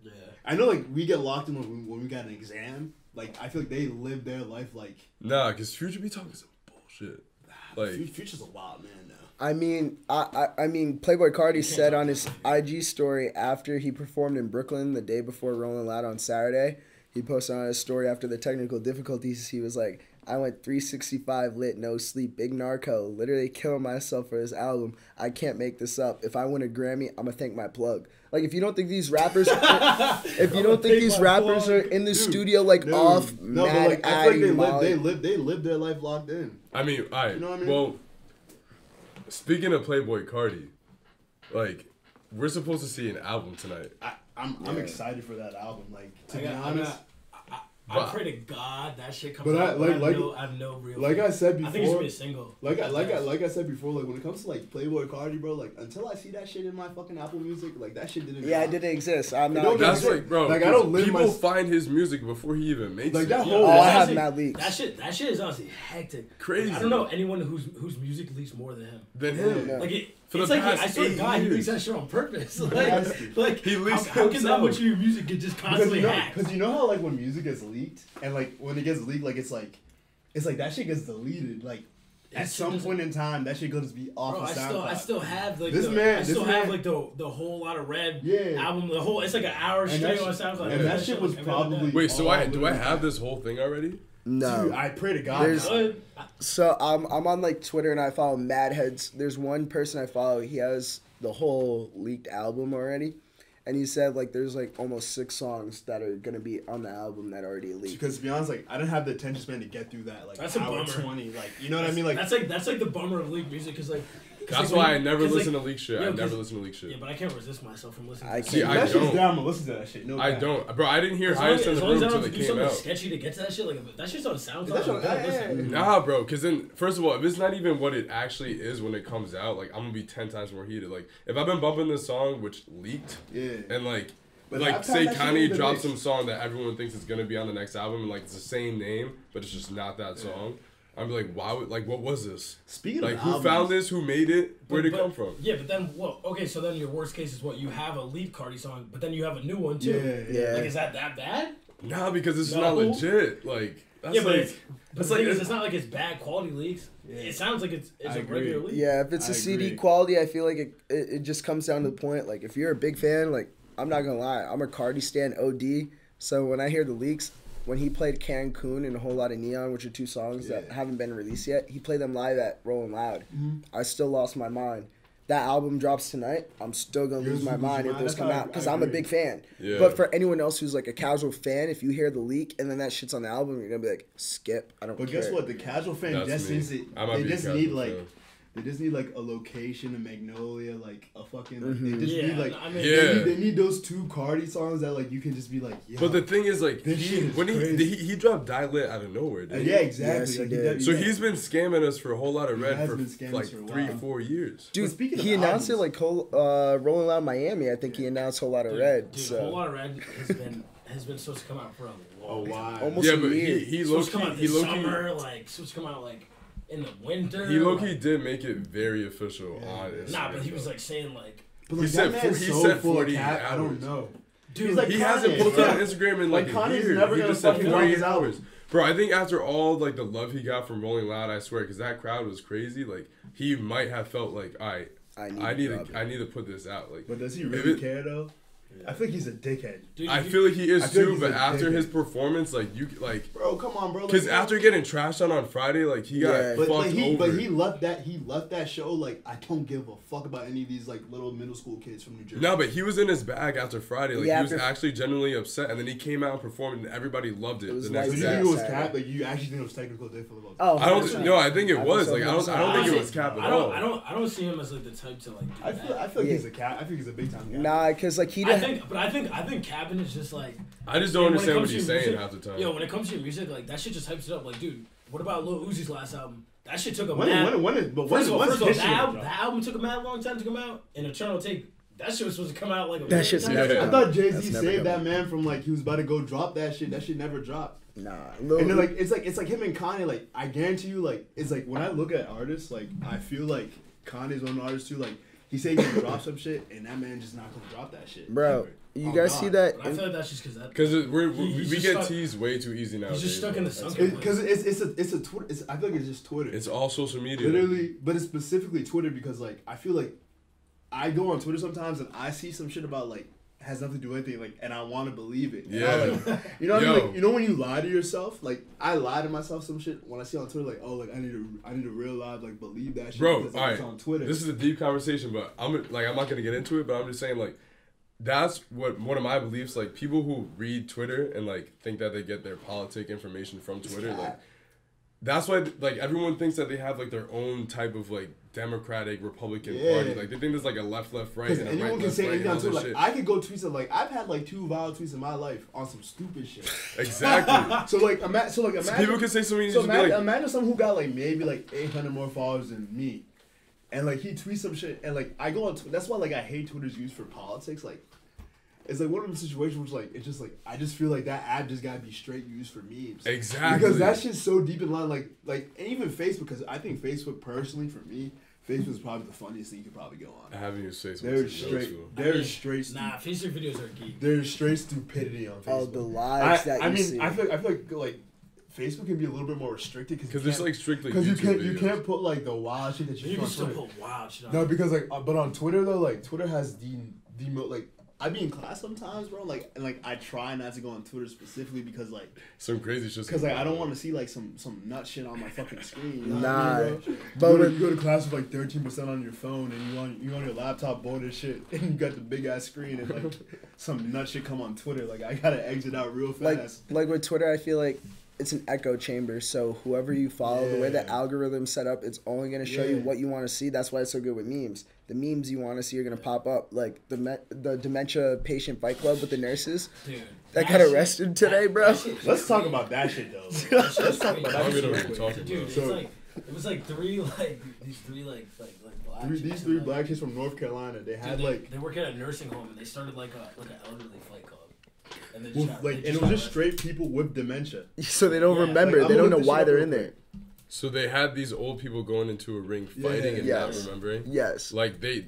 [SPEAKER 2] yeah.
[SPEAKER 1] I know like we get locked in when we, when we got an exam. Like I feel like they live their life like
[SPEAKER 3] Nah, cause Future be talking some bullshit.
[SPEAKER 1] Fu-
[SPEAKER 3] Like
[SPEAKER 1] Future's a wild man now.
[SPEAKER 4] I mean, I, I, I mean, Playboy Cardi
[SPEAKER 2] can't
[SPEAKER 4] said
[SPEAKER 2] talk
[SPEAKER 4] on
[SPEAKER 2] to
[SPEAKER 4] his IG story after he performed in Brooklyn the day before Rolling Loud on Saturday. He posted on his story after the technical difficulties. He was like, "I went 365 lit, no sleep, big narco, literally killing myself for this album. I can't make this up. If I win a Grammy, I'm gonna thank my plug." Like, if you don't think these rappers,
[SPEAKER 1] [LAUGHS]
[SPEAKER 4] if you don't think
[SPEAKER 1] thank
[SPEAKER 4] these
[SPEAKER 1] my
[SPEAKER 4] rappers
[SPEAKER 1] plug.
[SPEAKER 4] are in the
[SPEAKER 1] Dude,
[SPEAKER 4] studio like
[SPEAKER 1] Dude,
[SPEAKER 4] off
[SPEAKER 1] no, but
[SPEAKER 4] mad
[SPEAKER 1] like I feel
[SPEAKER 4] Addy,
[SPEAKER 1] like they live,
[SPEAKER 4] Molly-
[SPEAKER 1] they live, they live their life locked in.
[SPEAKER 3] I mean, all right.
[SPEAKER 1] know what I mean?
[SPEAKER 3] Well, speaking of Playboy Cardi, like we're supposed to see an album tonight.
[SPEAKER 1] I, I'm, I'm
[SPEAKER 4] Yeah.
[SPEAKER 1] excited for that album. Like to
[SPEAKER 2] I
[SPEAKER 1] be
[SPEAKER 2] got- I
[SPEAKER 1] honest,
[SPEAKER 2] got- I, I, I
[SPEAKER 3] But-
[SPEAKER 2] pray to God that shit comes
[SPEAKER 1] But I-
[SPEAKER 2] out.
[SPEAKER 1] like-
[SPEAKER 2] I,
[SPEAKER 1] like-
[SPEAKER 2] know, I have no real.
[SPEAKER 1] like I said before,
[SPEAKER 2] I think it's gonna be a single.
[SPEAKER 1] Like I like I like I said before, like when it comes to like Playboy Cardi, bro, like until I see that shit in my fucking Apple Music, like that shit didn't.
[SPEAKER 4] yeah, it
[SPEAKER 1] drop.
[SPEAKER 4] didn't exist. I'm
[SPEAKER 1] It
[SPEAKER 4] not.
[SPEAKER 1] don't
[SPEAKER 3] That's
[SPEAKER 1] Yeah.
[SPEAKER 3] like, bro.
[SPEAKER 1] Like, I don't live
[SPEAKER 3] people
[SPEAKER 1] my-
[SPEAKER 3] find his music before he even makes
[SPEAKER 1] Like,
[SPEAKER 3] it.
[SPEAKER 1] that
[SPEAKER 2] Yeah,
[SPEAKER 1] whole- Oh,
[SPEAKER 2] that's
[SPEAKER 1] I
[SPEAKER 4] have
[SPEAKER 2] honestly-
[SPEAKER 4] mad leaks.
[SPEAKER 2] That shit, that shit is honestly hectic.
[SPEAKER 3] Crazy.
[SPEAKER 2] I don't know anyone who's whose music leaks more than him.
[SPEAKER 3] Than him.
[SPEAKER 4] Yeah.
[SPEAKER 2] Like it,
[SPEAKER 3] For
[SPEAKER 2] it's
[SPEAKER 3] the
[SPEAKER 2] like
[SPEAKER 3] past
[SPEAKER 2] I swear to
[SPEAKER 3] eight
[SPEAKER 2] God, he
[SPEAKER 3] years.
[SPEAKER 2] leaks that shit on purpose. [LAUGHS]
[SPEAKER 1] Yes.
[SPEAKER 2] Like, like
[SPEAKER 3] He leaks
[SPEAKER 2] how, how can that
[SPEAKER 3] himself.
[SPEAKER 2] much of your music get just
[SPEAKER 1] Because you
[SPEAKER 2] constantly
[SPEAKER 1] know,
[SPEAKER 2] hacked?
[SPEAKER 1] because you know how like when music gets leaked and like when it gets leaked, like it's like, it's like that shit gets deleted. Like at
[SPEAKER 2] It's-
[SPEAKER 1] some point in time, that shit gonna be off
[SPEAKER 2] Bro,
[SPEAKER 1] of
[SPEAKER 2] I
[SPEAKER 1] SoundCloud.
[SPEAKER 2] still, I still have like
[SPEAKER 1] This
[SPEAKER 2] the,
[SPEAKER 1] man-
[SPEAKER 2] I
[SPEAKER 1] this
[SPEAKER 2] still have
[SPEAKER 1] man-
[SPEAKER 2] like the the whole lot of red
[SPEAKER 1] Yeah.
[SPEAKER 2] album. The whole it's like an hour
[SPEAKER 1] And that
[SPEAKER 2] straight
[SPEAKER 1] shit-
[SPEAKER 2] on SoundCloud.
[SPEAKER 1] and that shit was
[SPEAKER 2] like, every other
[SPEAKER 1] probably-
[SPEAKER 2] day.
[SPEAKER 3] Wait, so I
[SPEAKER 1] Oh,
[SPEAKER 3] do I
[SPEAKER 1] look at
[SPEAKER 3] have
[SPEAKER 1] that.
[SPEAKER 3] this whole thing already?
[SPEAKER 4] no.
[SPEAKER 1] Dude, I pray to God.
[SPEAKER 4] There's-
[SPEAKER 1] nah.
[SPEAKER 2] good.
[SPEAKER 4] So I'm I'm on like Twitter and I follow Mad Heads. There's one person I follow. He has the whole leaked album already, and he said like there's like almost six songs that are gonna be on the album that already leaked.
[SPEAKER 1] because to be honest, like I didn't have the attention span to get through that. Like
[SPEAKER 2] That's a
[SPEAKER 1] hour
[SPEAKER 2] bummer.
[SPEAKER 1] twenty, like you know what I mean? Like
[SPEAKER 2] that's like that's like the bummer of league music because like 'cause,
[SPEAKER 3] That's
[SPEAKER 2] like,
[SPEAKER 3] why
[SPEAKER 2] when-
[SPEAKER 3] I never
[SPEAKER 2] 'cause, like,
[SPEAKER 3] listen to leak shit.
[SPEAKER 2] yo,
[SPEAKER 3] I never
[SPEAKER 2] 'cause-
[SPEAKER 3] listen to leak shit.
[SPEAKER 2] Yeah, but I can't resist myself from listening.
[SPEAKER 4] I
[SPEAKER 2] to
[SPEAKER 4] See,
[SPEAKER 1] that
[SPEAKER 3] I
[SPEAKER 1] shit's
[SPEAKER 3] don't.
[SPEAKER 1] down. but Listen to that shit. No,
[SPEAKER 3] I
[SPEAKER 1] cap.
[SPEAKER 3] don't, bro. I didn't hear
[SPEAKER 2] As long as,
[SPEAKER 3] highest in
[SPEAKER 2] as
[SPEAKER 3] the
[SPEAKER 2] long as
[SPEAKER 3] room
[SPEAKER 2] I
[SPEAKER 3] until
[SPEAKER 2] don't have
[SPEAKER 3] it
[SPEAKER 2] to do
[SPEAKER 3] came
[SPEAKER 2] something
[SPEAKER 3] out.
[SPEAKER 2] sketchy to get to that shit, like if that shit's on SoundCloud.
[SPEAKER 1] That's
[SPEAKER 2] I'm
[SPEAKER 1] what-
[SPEAKER 2] gonna
[SPEAKER 1] yeah,
[SPEAKER 2] listen.
[SPEAKER 1] yeah, yeah.
[SPEAKER 3] Nah, bro. Cause then, first of all, if it's not even what it actually is when it comes out, like I'm gonna be ten times more heated. Like if I've been bumping this song which leaked,
[SPEAKER 1] Yeah.
[SPEAKER 3] and like,
[SPEAKER 1] But
[SPEAKER 3] like
[SPEAKER 1] half time
[SPEAKER 3] say
[SPEAKER 1] that shit ain't
[SPEAKER 3] Kanye
[SPEAKER 1] been
[SPEAKER 3] drops
[SPEAKER 1] leaked.
[SPEAKER 3] some song that everyone thinks is gonna be on the next album, and like it's the same name, but it's just not that song. I'd be like, why? Would, like, what was this?
[SPEAKER 1] Speaking
[SPEAKER 3] Like,
[SPEAKER 1] of
[SPEAKER 3] who
[SPEAKER 1] albums,
[SPEAKER 3] found this? Who made it? Where did it
[SPEAKER 2] But-
[SPEAKER 3] come from?
[SPEAKER 2] Yeah, but then what? Okay, so then your worst case is what? You have a lead Cardi song, but then you have a new one too.
[SPEAKER 1] Yeah, yeah.
[SPEAKER 2] Like, is that that bad?
[SPEAKER 3] Nah, because it's
[SPEAKER 2] No.
[SPEAKER 3] not legit. Like, that's
[SPEAKER 2] yeah, but
[SPEAKER 3] like,
[SPEAKER 2] it's, but
[SPEAKER 3] that's
[SPEAKER 2] the
[SPEAKER 3] like,
[SPEAKER 2] thing is, it's not like it's bad quality leaks.
[SPEAKER 1] Yeah.
[SPEAKER 2] It sounds like it's it's
[SPEAKER 1] I
[SPEAKER 2] a
[SPEAKER 1] agree.
[SPEAKER 2] regular leak.
[SPEAKER 4] Yeah, if it's a
[SPEAKER 1] I
[SPEAKER 4] CD
[SPEAKER 1] agree.
[SPEAKER 4] quality, I feel like it, it it just comes down to the point. Like if you're a big fan, like I'm not gonna lie, I'm a Cardi stan OD. So when I hear the leaks. When he played Cancun and a whole lot of Neon, which are two songs that
[SPEAKER 1] Yeah. Mm-hmm.
[SPEAKER 4] haven't been released yet, he played them live at Rolling Loud. I still lost my mind. That album drops tonight. I'm still gonna
[SPEAKER 1] You're
[SPEAKER 4] lose my
[SPEAKER 1] gonna lose
[SPEAKER 4] mind
[SPEAKER 1] your
[SPEAKER 4] if
[SPEAKER 1] mind.
[SPEAKER 4] those
[SPEAKER 1] That's
[SPEAKER 4] come
[SPEAKER 1] how I-
[SPEAKER 4] out because
[SPEAKER 1] I
[SPEAKER 4] I'm a
[SPEAKER 1] agree.
[SPEAKER 4] big fan.
[SPEAKER 3] Yeah.
[SPEAKER 4] But for anyone else who's like a casual fan, if you hear the leak and then that shit's on the album, you're gonna be like, skip. I don't
[SPEAKER 1] But
[SPEAKER 4] care.
[SPEAKER 1] guess what? The casual fan
[SPEAKER 3] That's
[SPEAKER 1] just
[SPEAKER 3] me.
[SPEAKER 1] needs it.
[SPEAKER 3] I might
[SPEAKER 1] They
[SPEAKER 3] be a
[SPEAKER 1] just
[SPEAKER 3] casual
[SPEAKER 1] need like,
[SPEAKER 3] fan.
[SPEAKER 1] they just need like a location in Magnolia, like a fucking. They just
[SPEAKER 2] Yeah,
[SPEAKER 1] need like,
[SPEAKER 2] I mean-
[SPEAKER 1] they,
[SPEAKER 3] Mm-hmm. Yeah.
[SPEAKER 1] need, they need those two Cardi songs that like you can just be like, yeah.
[SPEAKER 3] But the thing is, like,
[SPEAKER 1] This
[SPEAKER 3] he,
[SPEAKER 1] shit is
[SPEAKER 3] when he,
[SPEAKER 1] crazy.
[SPEAKER 3] he he dropped Die Lit out of nowhere, dude.
[SPEAKER 1] Uh, yeah, exactly.
[SPEAKER 4] Yes, he
[SPEAKER 1] like, you
[SPEAKER 4] did.
[SPEAKER 1] definitely-
[SPEAKER 3] So
[SPEAKER 1] yeah.
[SPEAKER 3] he's been scamming us for a whole lot of
[SPEAKER 1] He
[SPEAKER 3] red
[SPEAKER 1] has
[SPEAKER 3] for
[SPEAKER 1] been scamming
[SPEAKER 3] like
[SPEAKER 1] us for a
[SPEAKER 3] three,
[SPEAKER 1] while.
[SPEAKER 3] four years.
[SPEAKER 4] Dude,
[SPEAKER 1] But speaking of
[SPEAKER 4] he announced it
[SPEAKER 1] albums-
[SPEAKER 4] like whole, uh, Rolling Loud Miami. I think he announced Whole Lot of
[SPEAKER 2] Dude,
[SPEAKER 4] Red.
[SPEAKER 2] Dude,
[SPEAKER 4] so
[SPEAKER 2] whole lot of red has been has been supposed to come out for a
[SPEAKER 1] Oh
[SPEAKER 2] long.
[SPEAKER 1] wow.
[SPEAKER 4] Almost-
[SPEAKER 3] Yeah,
[SPEAKER 4] a
[SPEAKER 3] but
[SPEAKER 4] year.
[SPEAKER 3] he he
[SPEAKER 2] It's
[SPEAKER 3] low
[SPEAKER 2] supposed to
[SPEAKER 3] key
[SPEAKER 2] come out
[SPEAKER 3] he
[SPEAKER 2] this
[SPEAKER 3] low
[SPEAKER 2] summer,
[SPEAKER 3] key
[SPEAKER 2] like supposed to come out like in the winter.
[SPEAKER 3] he low key
[SPEAKER 2] like-
[SPEAKER 3] did make it very official on Instagram.
[SPEAKER 2] Nah, but he was
[SPEAKER 3] though.
[SPEAKER 2] like saying like,
[SPEAKER 1] But
[SPEAKER 3] He
[SPEAKER 1] like,
[SPEAKER 3] said
[SPEAKER 1] that
[SPEAKER 3] four-
[SPEAKER 1] man's
[SPEAKER 3] he
[SPEAKER 1] so
[SPEAKER 3] said
[SPEAKER 1] full of
[SPEAKER 3] 48
[SPEAKER 1] cap. I don't
[SPEAKER 3] hours.
[SPEAKER 1] know.
[SPEAKER 2] dude,
[SPEAKER 1] He's like,
[SPEAKER 3] he hasn't
[SPEAKER 1] Kanye,
[SPEAKER 3] posted
[SPEAKER 1] bro.
[SPEAKER 3] on Instagram in like,
[SPEAKER 1] Like,
[SPEAKER 3] a
[SPEAKER 1] Kanye's
[SPEAKER 3] year.
[SPEAKER 1] never
[SPEAKER 3] he
[SPEAKER 1] gonna
[SPEAKER 3] just said
[SPEAKER 1] fucking drop his
[SPEAKER 3] 48
[SPEAKER 1] album.
[SPEAKER 3] hours. Bro, I think after all like the love he got from Rolling Loud, I swear, because that crowd was crazy. Like he might have felt like, all right,
[SPEAKER 4] I need
[SPEAKER 3] I
[SPEAKER 4] to
[SPEAKER 3] need
[SPEAKER 4] drop it.
[SPEAKER 3] to, I need to put this out. Like,
[SPEAKER 1] But does he
[SPEAKER 3] if
[SPEAKER 1] really
[SPEAKER 3] it-
[SPEAKER 1] care though? I think he's a dickhead.
[SPEAKER 2] dude,
[SPEAKER 3] I
[SPEAKER 2] you-
[SPEAKER 3] feel like he
[SPEAKER 1] I
[SPEAKER 3] is
[SPEAKER 1] feel like
[SPEAKER 3] too.
[SPEAKER 1] he's
[SPEAKER 3] But
[SPEAKER 1] a
[SPEAKER 3] after
[SPEAKER 1] dickhead.
[SPEAKER 3] his performance, like you like.
[SPEAKER 1] Bro, come on, bro. like,
[SPEAKER 3] Because
[SPEAKER 1] what?
[SPEAKER 3] after getting trashed on on Friday, like he got
[SPEAKER 4] Yeah.
[SPEAKER 1] But,
[SPEAKER 3] fucked
[SPEAKER 1] but he
[SPEAKER 3] over.
[SPEAKER 1] but he left that he left that show like I don't give a fuck about any of these like little middle school kids from New Jersey.
[SPEAKER 3] No, but he was in his bag after Friday. Like
[SPEAKER 4] Yeah,
[SPEAKER 3] he was
[SPEAKER 4] after-
[SPEAKER 3] actually genuinely upset, and then he came out and performed, and everybody loved it.
[SPEAKER 4] It was
[SPEAKER 3] the
[SPEAKER 1] so
[SPEAKER 3] next
[SPEAKER 1] you
[SPEAKER 4] like-
[SPEAKER 3] day.
[SPEAKER 1] think it was
[SPEAKER 4] Sad.
[SPEAKER 1] cap? Like you actually think it was technical difficulty?
[SPEAKER 4] Oh,
[SPEAKER 3] I don't.
[SPEAKER 4] 100%.
[SPEAKER 3] No, I think it was.
[SPEAKER 4] so
[SPEAKER 3] Like I don't. I don't
[SPEAKER 4] upset.
[SPEAKER 3] think it
[SPEAKER 2] Honestly,
[SPEAKER 3] was cap at
[SPEAKER 2] I don't,
[SPEAKER 3] all.
[SPEAKER 2] I don't, I don't see him as like the type to like. Do
[SPEAKER 1] I feel I
[SPEAKER 2] that.
[SPEAKER 1] feel like
[SPEAKER 4] Yeah.
[SPEAKER 1] he's a cat. I think he's a big time cat.
[SPEAKER 4] Nah, cause like he
[SPEAKER 2] I
[SPEAKER 4] didn't.
[SPEAKER 2] think, but I think, I think Cabin is just like.
[SPEAKER 3] I just don't
[SPEAKER 2] when it
[SPEAKER 3] understand
[SPEAKER 2] comes
[SPEAKER 3] what
[SPEAKER 2] to
[SPEAKER 3] he's
[SPEAKER 2] your
[SPEAKER 3] saying half
[SPEAKER 2] music-
[SPEAKER 3] the time.
[SPEAKER 2] Yo, when it comes to your music, like that shit just hypes it up. Like, dude, what about Lil Uzi's last album? That shit took a
[SPEAKER 1] When
[SPEAKER 2] mad.
[SPEAKER 1] when when is but when
[SPEAKER 2] first of all,
[SPEAKER 1] when's
[SPEAKER 2] first of all,
[SPEAKER 1] his
[SPEAKER 2] that,
[SPEAKER 1] shit
[SPEAKER 2] album,
[SPEAKER 1] gonna drop?
[SPEAKER 2] that album took a mad long time to come out, and Eternal Take. That shit was supposed to come out like a
[SPEAKER 4] That shit's
[SPEAKER 3] Yeah.
[SPEAKER 1] I
[SPEAKER 4] never
[SPEAKER 1] thought
[SPEAKER 4] coming.
[SPEAKER 1] Jay
[SPEAKER 4] That's
[SPEAKER 1] Z
[SPEAKER 4] never
[SPEAKER 1] saved that
[SPEAKER 4] coming.
[SPEAKER 1] man from like he was about to go drop that shit. That shit never dropped.
[SPEAKER 4] Nah, Lil
[SPEAKER 1] And then like it's like it's like him and Kanye. Like I guarantee you, like it's like when I look at artists, like I feel like Kanye's one of the artists too. Like he He said he drop some shit, and that man just not gonna drop that shit.
[SPEAKER 4] Bro,
[SPEAKER 1] ever.
[SPEAKER 4] you
[SPEAKER 1] Oh,
[SPEAKER 4] guys
[SPEAKER 1] God.
[SPEAKER 4] see that?
[SPEAKER 2] But I feel like that's just because that.
[SPEAKER 3] Because we
[SPEAKER 2] He-
[SPEAKER 3] we
[SPEAKER 2] he's
[SPEAKER 3] we
[SPEAKER 2] just
[SPEAKER 3] get
[SPEAKER 2] stuck-
[SPEAKER 3] teased way too easy now.
[SPEAKER 2] just stuck in the sunken
[SPEAKER 1] It- Cause it's it's a it's a Twitter. It's, I feel like it's just Twitter.
[SPEAKER 3] It's all social media.
[SPEAKER 1] Literally, but it's specifically Twitter because like I feel like I go on Twitter sometimes and I see some shit about like has nothing to do with anything like and I want to believe it. And I,
[SPEAKER 3] Yeah.
[SPEAKER 1] like, you know what I
[SPEAKER 3] Yo.
[SPEAKER 1] mean? Like, you know when you lie to yourself? Like I lie to myself some shit when I see on Twitter like oh like I need to I need to real life like believe that shit
[SPEAKER 3] bro. All
[SPEAKER 1] because like,
[SPEAKER 3] right,
[SPEAKER 1] it's on Twitter.
[SPEAKER 3] this is a deep conversation, but I'm like I'm not gonna get into it. But I'm just saying like that's what one of my beliefs. Like people who read Twitter and like think that they get their politic information from Twitter, like that's why like everyone thinks that they have like their own type of like Democratic Republican
[SPEAKER 1] Yeah.
[SPEAKER 3] party. Like they think there's like a left left right
[SPEAKER 1] because
[SPEAKER 3] and a
[SPEAKER 1] anyone
[SPEAKER 3] right
[SPEAKER 1] can
[SPEAKER 3] left
[SPEAKER 1] say
[SPEAKER 3] right and
[SPEAKER 1] anything
[SPEAKER 3] all
[SPEAKER 1] on Twitter.
[SPEAKER 3] this
[SPEAKER 1] Like
[SPEAKER 3] shit.
[SPEAKER 1] I could go tweets of like I've had like two vile tweets in my life on some stupid shit.
[SPEAKER 3] [LAUGHS]
[SPEAKER 1] [LAUGHS]
[SPEAKER 3] Exactly.
[SPEAKER 1] so like ima- so like imagine
[SPEAKER 3] People can say something. and
[SPEAKER 1] So
[SPEAKER 3] just be
[SPEAKER 1] imagine,
[SPEAKER 3] like,
[SPEAKER 1] imagine someone who got like maybe like 800 more followers than me, and like he tweets some shit, and like I go on. Tw- that's why like I hate Twitter's used for politics. Like, it's like one of those situations where it's like it's just like I just feel like that app just gotta be straight used for memes.
[SPEAKER 3] Exactly.
[SPEAKER 1] Because that shit's so deep in line. Like like and even Facebook, because I think Facebook personally for me, Facebook's probably the funniest thing you could probably go
[SPEAKER 3] I
[SPEAKER 1] on.
[SPEAKER 3] haven't used Facebook.
[SPEAKER 1] There's
[SPEAKER 3] since I was
[SPEAKER 1] straight,
[SPEAKER 3] little.
[SPEAKER 2] I mean,
[SPEAKER 1] there's straight, stu-
[SPEAKER 2] Nah, Facebook videos are geek.
[SPEAKER 1] there's straight stupidity on Facebook.
[SPEAKER 4] Oh, the lives
[SPEAKER 1] I,
[SPEAKER 4] that
[SPEAKER 1] I
[SPEAKER 4] you
[SPEAKER 1] mean,
[SPEAKER 4] see.
[SPEAKER 1] I feel, I feel like like Facebook can be a little bit more restricted
[SPEAKER 3] Because
[SPEAKER 1] because
[SPEAKER 3] there's like strictly
[SPEAKER 1] because you
[SPEAKER 3] YouTube
[SPEAKER 1] can't
[SPEAKER 3] videos.
[SPEAKER 1] you can't put like the wild shit that you,
[SPEAKER 2] You
[SPEAKER 1] see
[SPEAKER 2] can
[SPEAKER 1] on
[SPEAKER 2] still
[SPEAKER 1] Twitter.
[SPEAKER 2] put wild shit on.
[SPEAKER 1] No, because like uh, but on Twitter though, like Twitter has the the mo- like I be in class sometimes, bro. Like and like I try not to go on Twitter specifically because like
[SPEAKER 3] Some crazy shit.
[SPEAKER 1] because like I don't want to see like some some nut shit on my fucking screen. You know
[SPEAKER 4] Nah,
[SPEAKER 1] what I mean, bro?
[SPEAKER 4] but
[SPEAKER 1] you, go to,
[SPEAKER 4] with-
[SPEAKER 1] you go to class with like thirteen percent on your phone, and you on you on your laptop bored as shit, [LAUGHS] and you got the big ass screen, and like some nut shit come on Twitter. Like I gotta exit out real fast.
[SPEAKER 4] like like with Twitter, I feel like it's an echo chamber. So whoever you follow, the way the
[SPEAKER 1] Yeah.
[SPEAKER 4] algorithm's set up, it's only gonna show you
[SPEAKER 1] Yeah.
[SPEAKER 4] what you want to see. That's why it's so good with memes. The memes you want to see are gonna pop up, like the me- the dementia patient fight club with the nurses [LAUGHS]
[SPEAKER 2] Dude,
[SPEAKER 4] that got
[SPEAKER 2] shit-
[SPEAKER 4] arrested today, bro.
[SPEAKER 2] that shit-
[SPEAKER 1] Let's talk about that shit
[SPEAKER 4] [LAUGHS]
[SPEAKER 1] though.
[SPEAKER 2] that shit's
[SPEAKER 1] Let's talk about
[SPEAKER 2] crazy.
[SPEAKER 1] that
[SPEAKER 3] I don't
[SPEAKER 1] shit
[SPEAKER 3] even know
[SPEAKER 1] real
[SPEAKER 3] what
[SPEAKER 1] quick.
[SPEAKER 3] you're talking
[SPEAKER 2] Dude,
[SPEAKER 3] about.
[SPEAKER 2] it's
[SPEAKER 1] So-
[SPEAKER 2] like it was like three [LAUGHS] like these three like like like black
[SPEAKER 1] Three,
[SPEAKER 2] chicks
[SPEAKER 1] these
[SPEAKER 2] and,
[SPEAKER 1] three
[SPEAKER 2] like,
[SPEAKER 1] black kids from North Carolina, they
[SPEAKER 2] dude,
[SPEAKER 1] had
[SPEAKER 2] they,
[SPEAKER 1] like,
[SPEAKER 2] they work at a nursing home and they started like a like an elderly fight club. And they just
[SPEAKER 1] with,
[SPEAKER 2] got,
[SPEAKER 1] like, and
[SPEAKER 2] they just
[SPEAKER 1] it
[SPEAKER 2] got
[SPEAKER 1] was just
[SPEAKER 2] arrested.
[SPEAKER 1] straight people with dementia.
[SPEAKER 4] So they don't
[SPEAKER 2] Yeah,
[SPEAKER 4] remember.
[SPEAKER 1] like,
[SPEAKER 4] they
[SPEAKER 1] I'm
[SPEAKER 4] don't
[SPEAKER 1] gonna
[SPEAKER 4] know
[SPEAKER 1] look this
[SPEAKER 4] why
[SPEAKER 1] up
[SPEAKER 4] they're
[SPEAKER 1] real
[SPEAKER 4] in there.
[SPEAKER 3] So they had these old people going into a ring
[SPEAKER 1] Yeah.
[SPEAKER 3] fighting and
[SPEAKER 4] Yes.
[SPEAKER 3] not remembering.
[SPEAKER 4] Yes.
[SPEAKER 3] Like they,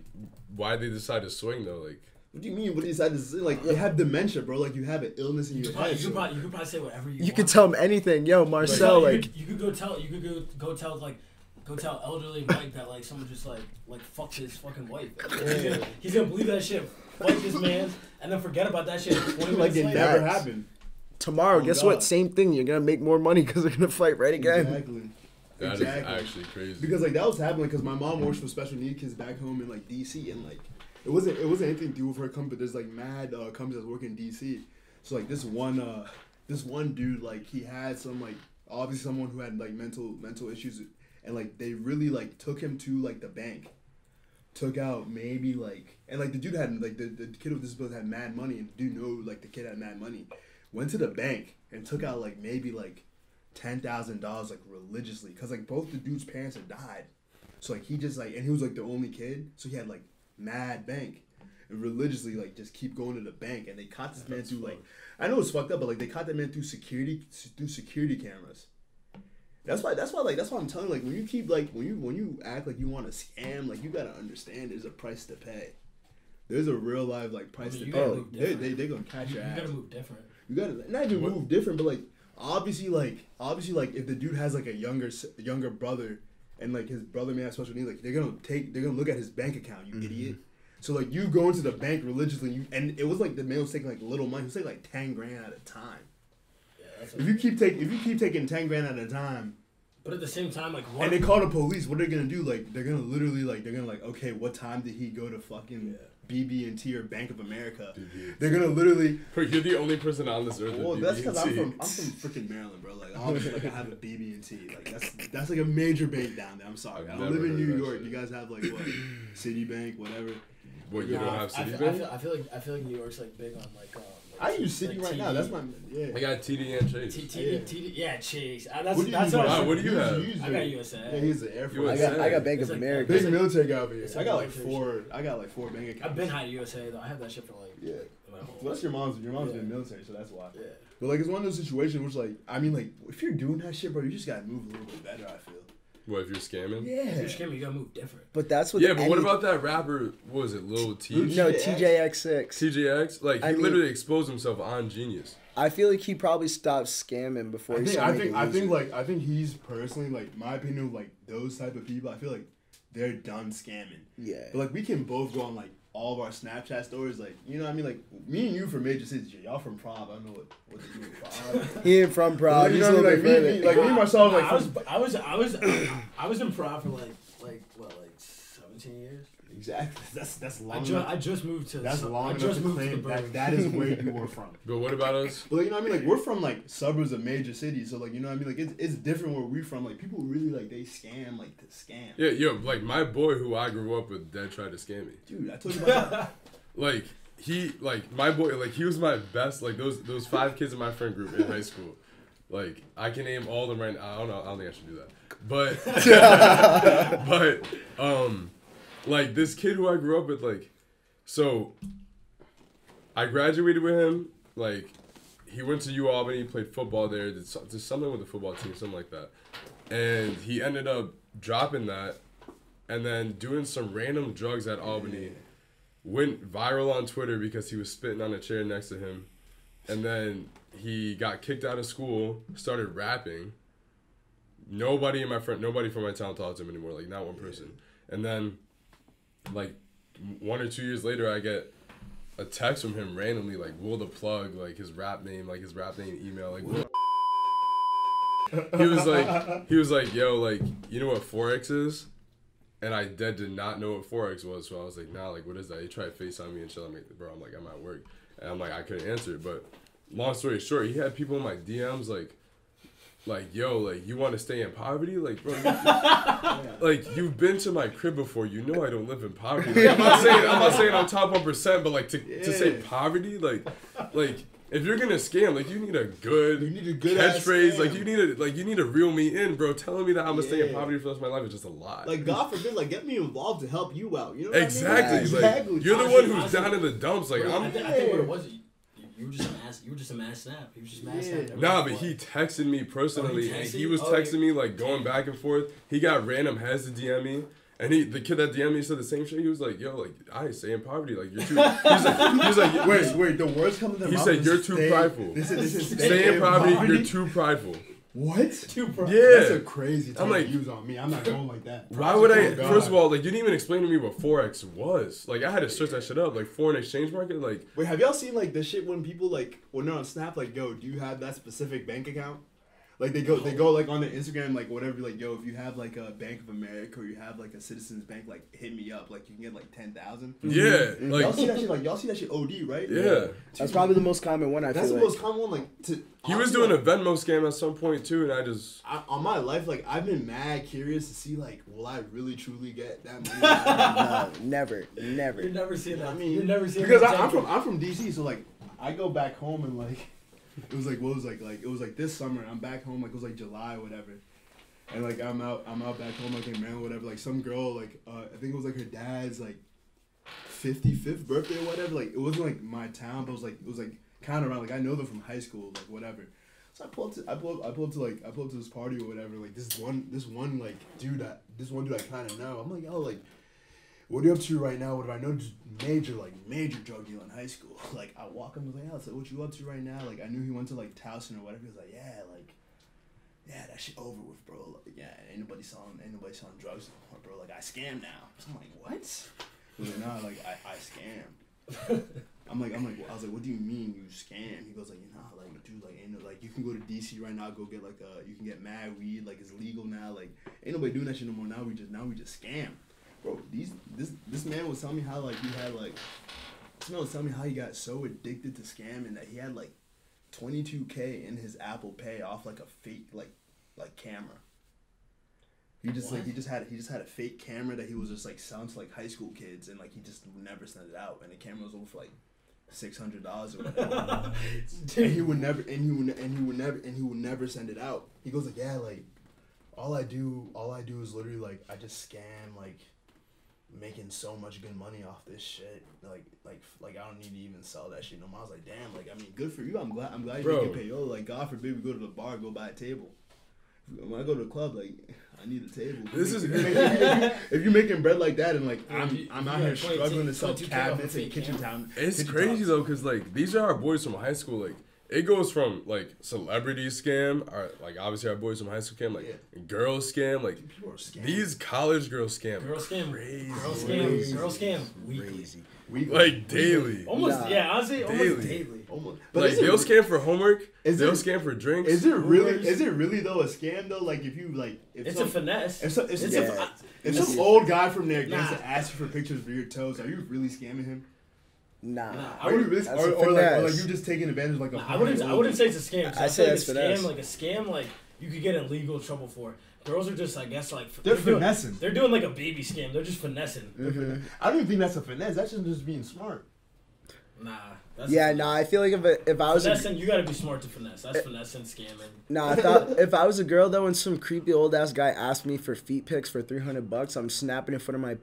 [SPEAKER 3] why they decide to swing though? Like
[SPEAKER 1] What do you mean? What is that? Is like you have dementia, bro. Like you have an illness in
[SPEAKER 2] You
[SPEAKER 1] your
[SPEAKER 2] could, probably,
[SPEAKER 1] head.
[SPEAKER 2] you, could
[SPEAKER 1] so-
[SPEAKER 2] probably, you could probably say whatever you
[SPEAKER 4] You
[SPEAKER 2] want.
[SPEAKER 4] could tell them anything, yo,
[SPEAKER 2] You could
[SPEAKER 4] Marcel.
[SPEAKER 2] tell- you
[SPEAKER 4] Like,
[SPEAKER 2] could, you could go tell you could go go tell like go tell elderly Mike that like someone just like like fucked his fucking wife. [LAUGHS] He's, gonna, he's gonna believe that shit, fight this man, and then forget about that shit. Twenty
[SPEAKER 1] Like
[SPEAKER 2] minutes
[SPEAKER 1] it
[SPEAKER 2] later.
[SPEAKER 1] never
[SPEAKER 4] Facts.
[SPEAKER 1] happened.
[SPEAKER 4] tomorrow,
[SPEAKER 1] Oh,
[SPEAKER 4] guess
[SPEAKER 1] God.
[SPEAKER 4] what? Same thing. You're gonna make more money because they're gonna fight right again.
[SPEAKER 1] Exactly.
[SPEAKER 3] that is
[SPEAKER 1] Exactly.
[SPEAKER 3] actually crazy.
[SPEAKER 1] Because like that was happening because my mom works for special needs kids back home in like DC and like it wasn't it wasn't anything to do with her company. There's like mad uh, companies that work in DC. So like this one uh this one dude like he had some like obviously someone who had like mental mental issues and like they really like took him to like the bank. Took out maybe like and like the dude had like the, the kid with disability had mad money and the dude knew like the kid had mad money. Went to the bank and took out like maybe like ten thousand dollars like religiously because like both the dude's parents had died, so like he just like and he was like the only kid, so he had like mad bank, and religiously like just keep going to the bank, and they caught this man through like I know it's fucked up, but like they caught that man through security through security cameras. That's why. That's why. Like. That's why I'm telling. you, Like. When you keep. Like. When you. When you act like you want to scam. Like. You gotta understand. There's a price to pay. There's a real life like price
[SPEAKER 2] mean,
[SPEAKER 1] to
[SPEAKER 2] you
[SPEAKER 1] pay.
[SPEAKER 2] gotta move
[SPEAKER 1] they.
[SPEAKER 2] different.
[SPEAKER 1] They. They gonna catch
[SPEAKER 2] You,
[SPEAKER 1] your
[SPEAKER 2] you
[SPEAKER 1] ass.
[SPEAKER 2] gotta move different.
[SPEAKER 1] You gotta not even
[SPEAKER 3] What-
[SPEAKER 1] move different, but like obviously, like obviously, like if the dude has like a younger s- younger brother, and like his brother may have special needs, like they're gonna take they're gonna look at his bank account, you idiot. So like you go into the bank religiously, you, and it was like the man was taking like little money, he was taking like ten grand at a time.
[SPEAKER 2] Yeah, that's
[SPEAKER 1] If you keep taking if you keep taking ten grand at a time,
[SPEAKER 2] but at the same time, like what?
[SPEAKER 1] and they call the police, what are they gonna do? Like they're gonna literally like they're gonna like okay, what time did he go to fucking BB and T or Bank of America?
[SPEAKER 3] BB&T.
[SPEAKER 1] They're gonna literally
[SPEAKER 3] You're the only person on this earth. E
[SPEAKER 1] Well,
[SPEAKER 3] with
[SPEAKER 1] that's because I'm
[SPEAKER 3] BB&T.
[SPEAKER 1] from I'm from freaking Maryland, bro. Like, obviously, like I have a BB and T. Like that's that's like a major bank down there. I'm sorry,
[SPEAKER 3] I've
[SPEAKER 1] I
[SPEAKER 3] never
[SPEAKER 1] live in
[SPEAKER 3] heard
[SPEAKER 1] New
[SPEAKER 3] that
[SPEAKER 1] York. You
[SPEAKER 3] shit.
[SPEAKER 1] guys have like what, Citibank, whatever.
[SPEAKER 3] What you
[SPEAKER 2] Nah,
[SPEAKER 3] don't have
[SPEAKER 2] I,
[SPEAKER 3] Citibank?
[SPEAKER 2] feel, I, feel, I feel like I feel like New York's like big on like. Um,
[SPEAKER 1] I
[SPEAKER 2] like,
[SPEAKER 1] use City
[SPEAKER 2] like,
[SPEAKER 1] right
[SPEAKER 2] TD.
[SPEAKER 1] now. That's my yeah.
[SPEAKER 3] I got TD and Chase.
[SPEAKER 2] T-
[SPEAKER 1] Yeah.
[SPEAKER 2] TD, TD, yeah, Chase. I, that's
[SPEAKER 1] What do you
[SPEAKER 2] that's
[SPEAKER 1] use,
[SPEAKER 2] what
[SPEAKER 3] Wow,
[SPEAKER 2] I
[SPEAKER 1] bro?
[SPEAKER 3] what do you
[SPEAKER 1] Use-
[SPEAKER 3] have?
[SPEAKER 1] use
[SPEAKER 2] I got
[SPEAKER 1] the-
[SPEAKER 2] USA.
[SPEAKER 1] Yeah, he's the Air Force.
[SPEAKER 4] I
[SPEAKER 1] I
[SPEAKER 3] USA.
[SPEAKER 4] got, I got Bank
[SPEAKER 2] It's
[SPEAKER 4] of
[SPEAKER 2] like-
[SPEAKER 4] America.
[SPEAKER 1] big military guy over here.
[SPEAKER 2] It's
[SPEAKER 1] I
[SPEAKER 2] like
[SPEAKER 1] got like
[SPEAKER 2] military
[SPEAKER 1] four. I got like four bank accounts.
[SPEAKER 2] I've been high USA though. I have that shit for like.
[SPEAKER 1] Yeah.
[SPEAKER 2] My
[SPEAKER 1] Well,
[SPEAKER 2] whole
[SPEAKER 1] that's your mom's. Your mom's
[SPEAKER 2] Yeah.
[SPEAKER 1] been military, so that's why.
[SPEAKER 2] yeah.
[SPEAKER 1] But like, it's one of those situations which, like, I mean, like, if you're doing that shit, bro, you just gotta move a little bit better. I feel.
[SPEAKER 3] What if you're scamming?
[SPEAKER 2] If
[SPEAKER 4] Yeah.
[SPEAKER 2] you're scamming, you gotta move different.
[SPEAKER 4] But that's what.
[SPEAKER 3] Yeah, but what
[SPEAKER 4] any-
[SPEAKER 3] about that rapper? What was it, Lil T?
[SPEAKER 4] no
[SPEAKER 1] TJX?
[SPEAKER 4] TJX6?
[SPEAKER 3] TJX? Like he
[SPEAKER 4] I mean-
[SPEAKER 3] literally exposed himself on Genius.
[SPEAKER 4] I feel like he probably stopped scamming before
[SPEAKER 1] I
[SPEAKER 4] he
[SPEAKER 1] think
[SPEAKER 4] started
[SPEAKER 1] I think
[SPEAKER 4] making
[SPEAKER 1] I think
[SPEAKER 4] music.
[SPEAKER 1] like I think he's personally like my opinion like those type of people. I feel like they're done scamming.
[SPEAKER 4] Yeah.
[SPEAKER 1] But like we can both go on like all of our Snapchat stories. Like you know what I mean? Like me and you from major cities. Y'all from Prob. I don't know what what you mean
[SPEAKER 2] [LAUGHS]
[SPEAKER 1] Prob.
[SPEAKER 4] He ain't from Prob.
[SPEAKER 1] you
[SPEAKER 4] He's
[SPEAKER 1] know
[SPEAKER 4] a
[SPEAKER 1] what I
[SPEAKER 4] little
[SPEAKER 1] mean?
[SPEAKER 4] bit
[SPEAKER 1] Like, me, me, like
[SPEAKER 4] further.
[SPEAKER 1] me and myself, like
[SPEAKER 2] I was,
[SPEAKER 1] from-
[SPEAKER 2] I was, I was, [COUGHS] I was in Prague for like, like what, like seventeen years.
[SPEAKER 1] exactly. That's that's long.
[SPEAKER 2] I just,
[SPEAKER 1] enough-
[SPEAKER 2] I just moved to.
[SPEAKER 1] that's
[SPEAKER 2] so-
[SPEAKER 1] long
[SPEAKER 2] I
[SPEAKER 1] enough
[SPEAKER 2] just
[SPEAKER 1] to
[SPEAKER 2] moved to the
[SPEAKER 1] claim
[SPEAKER 2] Berg.
[SPEAKER 1] that
[SPEAKER 2] [LAUGHS]
[SPEAKER 1] that is where you were from.
[SPEAKER 3] But what about us?
[SPEAKER 1] But like, you know what I mean? Like we're from like suburbs of major cities, so like you know what I mean? Like it's, it's different where we're from. Like people really like they scam like to scam.
[SPEAKER 3] Yeah, yo, like my boy who I grew up with that tried to scam me.
[SPEAKER 1] Dude, I told you about that. [LAUGHS]
[SPEAKER 3] Like he, like my boy, like he was my best. Like those those five kids in my friend group in high school. Like I can name all of them right now. I don't know. I don't think I should do that. But [LAUGHS] but um, like this kid who I grew up with, like so. I graduated with him. Like he went to U Albany, played football there, did, so- did something with the football team, something like that. And he ended up dropping that and then doing some random drugs at Albany. Went viral on Twitter because he was spitting on a chair next to him. And then he got kicked out of school, started rapping. Nobody in my friend, nobody from my town talked to him anymore, like not one person. And then, like, one or two years later, I get a text from him randomly, like Will the Plug, like his rap name, like his rap name email, like Will. he was like, he was like, yo, like you know what forex is, and I dead did not know what forex was, so I was like, nah, like what is that? He tried to FaceTime me and shit. I'm like, bro, I'm like I'm at work, and I'm like I couldn't answer it. But long story short, he had people in my DMs like. Like yo, like you want to stay in poverty, like bro,
[SPEAKER 1] [LAUGHS]
[SPEAKER 3] you- like you've been to my crib before. You know I don't live in poverty. Like, I'm not saying I'm not saying I'm top one percent, but like to, to say
[SPEAKER 1] Yeah.
[SPEAKER 3] poverty, like like if you're gonna scam, like you need a good
[SPEAKER 1] You need a good ass
[SPEAKER 3] catchphrase. Like
[SPEAKER 1] scam.
[SPEAKER 3] you need a like you need to reel me in, bro. Telling me that I'm gonna stay in
[SPEAKER 1] Yeah.
[SPEAKER 3] poverty for the rest of my life is just a lie.
[SPEAKER 1] Like God forbid, like get me involved to help you out. You know what I mean?
[SPEAKER 3] exactly. Like, you're the one
[SPEAKER 2] Honestly,
[SPEAKER 3] who's
[SPEAKER 2] honestly,
[SPEAKER 3] down in the dumps. Like
[SPEAKER 2] I,
[SPEAKER 3] I'm
[SPEAKER 2] thi- I think what it was, you, you were just a mass, you were just a mass snap. You were just a mass
[SPEAKER 1] Yeah.
[SPEAKER 2] snap. every
[SPEAKER 3] Nah,
[SPEAKER 2] day.
[SPEAKER 3] but he texted me personally, and
[SPEAKER 2] texted
[SPEAKER 3] he
[SPEAKER 2] you?
[SPEAKER 3] was
[SPEAKER 2] Oh, yeah.
[SPEAKER 3] texting me like going back and forth. He got random heads to DM me, and he the kid that DM me said the same shit. He was like, "Yo, like I stay in poverty, like you're
[SPEAKER 2] [LAUGHS]
[SPEAKER 3] too." He's like, he was like
[SPEAKER 1] [LAUGHS] Wait, wait. The words come to their
[SPEAKER 3] He
[SPEAKER 1] mouth
[SPEAKER 3] said
[SPEAKER 1] is
[SPEAKER 3] you're too
[SPEAKER 1] stay-
[SPEAKER 3] prideful.
[SPEAKER 1] This is this is
[SPEAKER 3] stay in poverty, you're too prideful."
[SPEAKER 1] What?
[SPEAKER 2] Too pro-
[SPEAKER 3] Yeah.
[SPEAKER 1] That's a crazy. Term
[SPEAKER 3] I'm like-
[SPEAKER 1] to use on me. I'm not going like that.
[SPEAKER 3] Why would I?
[SPEAKER 1] Oh, God.
[SPEAKER 3] First of all, like you didn't even explain to me what forex was. Like I had to search that shit up, like foreign exchange market. Like
[SPEAKER 1] Wait, have y'all seen like the shit when people like when they're on Snap like, yo, do you have that specific bank account? Like they go they go like on their Instagram like whatever like yo if you have like a Bank of America or you have like a Citizens Bank like hit me up like you can get like ten thousand.
[SPEAKER 2] Mm-hmm.
[SPEAKER 3] yeah,
[SPEAKER 1] y'all see [LAUGHS]
[SPEAKER 3] like
[SPEAKER 1] that shit like y'all see that shit OD right?
[SPEAKER 3] yeah.
[SPEAKER 4] That's probably the most common one I
[SPEAKER 1] That's the
[SPEAKER 4] feel like.
[SPEAKER 1] most common one like. To,
[SPEAKER 3] He was
[SPEAKER 1] honestly,
[SPEAKER 3] doing a
[SPEAKER 1] like,
[SPEAKER 3] Venmo scam at some point too, and I just
[SPEAKER 1] I, on my life like I've been mad curious to see like will I really truly get [LAUGHS] that money? [LAUGHS]
[SPEAKER 4] no, never, never.
[SPEAKER 2] You're never seeing that.
[SPEAKER 1] I mean,
[SPEAKER 2] you're never seeing
[SPEAKER 1] because
[SPEAKER 2] that
[SPEAKER 1] I, I'm
[SPEAKER 2] type
[SPEAKER 1] from
[SPEAKER 2] of-
[SPEAKER 1] I'm from DC, so like I go back home and like [LAUGHS] it was like what was like like it was like this summer. and I'm back home like it was like July or whatever, and like I'm out I'm out back home like in Maryland whatever. Like some girl like uh, I think it was like her dad's like 55th birthday or whatever. Like it wasn't like my town, but it was like it was like kind of around. Like I know them from high school, like whatever. So I pulled to I pulled I pulled to like I pulled to this party or whatever. Like this one this one like dude I, this one dude I kind of know. I'm like oh like. What are you up to right now? What do I know? Just major, like major drug deal in high school. [LAUGHS] Like I walk him, I was like, "Yeah, so what you up to right now?" Like I knew he went to like Towson or whatever. He was like, "Yeah, like, yeah, that shit over with, bro. Like, yeah, ain't nobody selling, ain't nobody selling drugs anymore, bro. Like I scam now." So I'm like, "What?" He was like, "Nah, like I, I scam." I'm like, I'm like, I was like, "What do you mean you scam?" He goes like, "You know, like dude, like ain't no, like you can go to DC right now, go get like uh, you can get mad weed, like it's legal now, like ain't nobody doing that shit no more. Now we just now we just scam." bro, these this this man was telling me how like he had like this man was telling me how he got so addicted to scamming that he had like 22k in his Apple Pay off like a fake like like camera. He just like he just had he just had a fake camera that he was just like selling to like high school kids and like he just never sent it out and the camera was over for like six hundred dollars or whatever. [LAUGHS] and he would never and he would and he would never and he would never send it out. He goes like yeah like all I do all I do is literally like I just scam like making so much good money off this shit. Like, like, like I don't need to even sell that shit no more. I was like, damn. Like, I mean, good for you. I'm glad. I'm glad you
[SPEAKER 3] Bro.
[SPEAKER 1] get payola. Like, God forbid we go to the bar, go buy a table. when I go to the club, like [LAUGHS] I need a table.
[SPEAKER 3] This is-
[SPEAKER 1] if, you- if you, if you're making bread like that, and like
[SPEAKER 2] If
[SPEAKER 1] I'm,
[SPEAKER 2] you-
[SPEAKER 1] I'm
[SPEAKER 2] if
[SPEAKER 1] out
[SPEAKER 2] you
[SPEAKER 1] here
[SPEAKER 2] got 22
[SPEAKER 1] struggling to sell
[SPEAKER 2] 22K off a
[SPEAKER 1] cabinets and
[SPEAKER 2] fake
[SPEAKER 1] kitchen
[SPEAKER 2] camera.
[SPEAKER 1] town.
[SPEAKER 3] It's
[SPEAKER 1] kitchen
[SPEAKER 3] crazy
[SPEAKER 1] tops.
[SPEAKER 3] though, cause like these are our boys from high school. Like it goes from like celebrity scam, or like obviously our boys from high school scam, like girl scam, like
[SPEAKER 1] People are scammed.
[SPEAKER 3] these college girl scam,
[SPEAKER 2] Girl scam.
[SPEAKER 3] Crazy.
[SPEAKER 2] Girl
[SPEAKER 1] Crazy.
[SPEAKER 2] scam. Girl scam. Weekly. Oh
[SPEAKER 4] Crazy.
[SPEAKER 1] We-
[SPEAKER 3] like daily.
[SPEAKER 2] Almost.
[SPEAKER 4] Nah.
[SPEAKER 2] Yeah. Honestly,
[SPEAKER 3] Daily.
[SPEAKER 2] almost daily.
[SPEAKER 1] almost. But
[SPEAKER 3] Like
[SPEAKER 1] is it-
[SPEAKER 3] they'll scam for homework.
[SPEAKER 1] is
[SPEAKER 3] They'll
[SPEAKER 1] it-
[SPEAKER 3] scam for drinks.
[SPEAKER 1] Is it really?
[SPEAKER 2] Where's-
[SPEAKER 1] Is it really though a scam though? Like if you like, if
[SPEAKER 2] It's a
[SPEAKER 1] some,
[SPEAKER 2] finesse.
[SPEAKER 1] if some, if,
[SPEAKER 2] It's
[SPEAKER 1] if-
[SPEAKER 4] yeah.
[SPEAKER 1] if
[SPEAKER 4] This
[SPEAKER 1] some
[SPEAKER 4] is-
[SPEAKER 1] old guy from there gets
[SPEAKER 2] Nah.
[SPEAKER 1] to ask you for pictures for your toes, are you really scamming him?
[SPEAKER 4] Nah.
[SPEAKER 2] Nah, I
[SPEAKER 1] Are you
[SPEAKER 2] would.
[SPEAKER 1] really,
[SPEAKER 4] That's
[SPEAKER 1] or,
[SPEAKER 4] a
[SPEAKER 1] or like, or like
[SPEAKER 4] finesse.
[SPEAKER 1] you just taking advantage of like a
[SPEAKER 2] Nah, I wouldn't. I
[SPEAKER 1] 100-year-old
[SPEAKER 2] wouldn't
[SPEAKER 1] dude?
[SPEAKER 2] say it's a scam. 'cause
[SPEAKER 4] I
[SPEAKER 2] I,
[SPEAKER 4] say
[SPEAKER 2] feel like
[SPEAKER 4] that's
[SPEAKER 2] a
[SPEAKER 4] finesse.
[SPEAKER 2] scam, like a scam, like you could get in legal trouble for. Girls are just, I guess, like
[SPEAKER 1] They're
[SPEAKER 2] doing-
[SPEAKER 1] finessing.
[SPEAKER 2] They're doing like a baby scam. They're just finessing.
[SPEAKER 1] I don't even think that's a finesse. That's just, just being
[SPEAKER 2] [LAUGHS]
[SPEAKER 1] smart.
[SPEAKER 2] Nah. That's
[SPEAKER 4] Yeah, nah. I feel like if a, if I was a, Eh.
[SPEAKER 2] Finessing, you gotta be smart to finesse. That's finessing, scamming.
[SPEAKER 4] nah, if I, if I was a girl though, and some creepy old ass guy asked me for feet pics for three hundred bucks, I'm snapping in front of my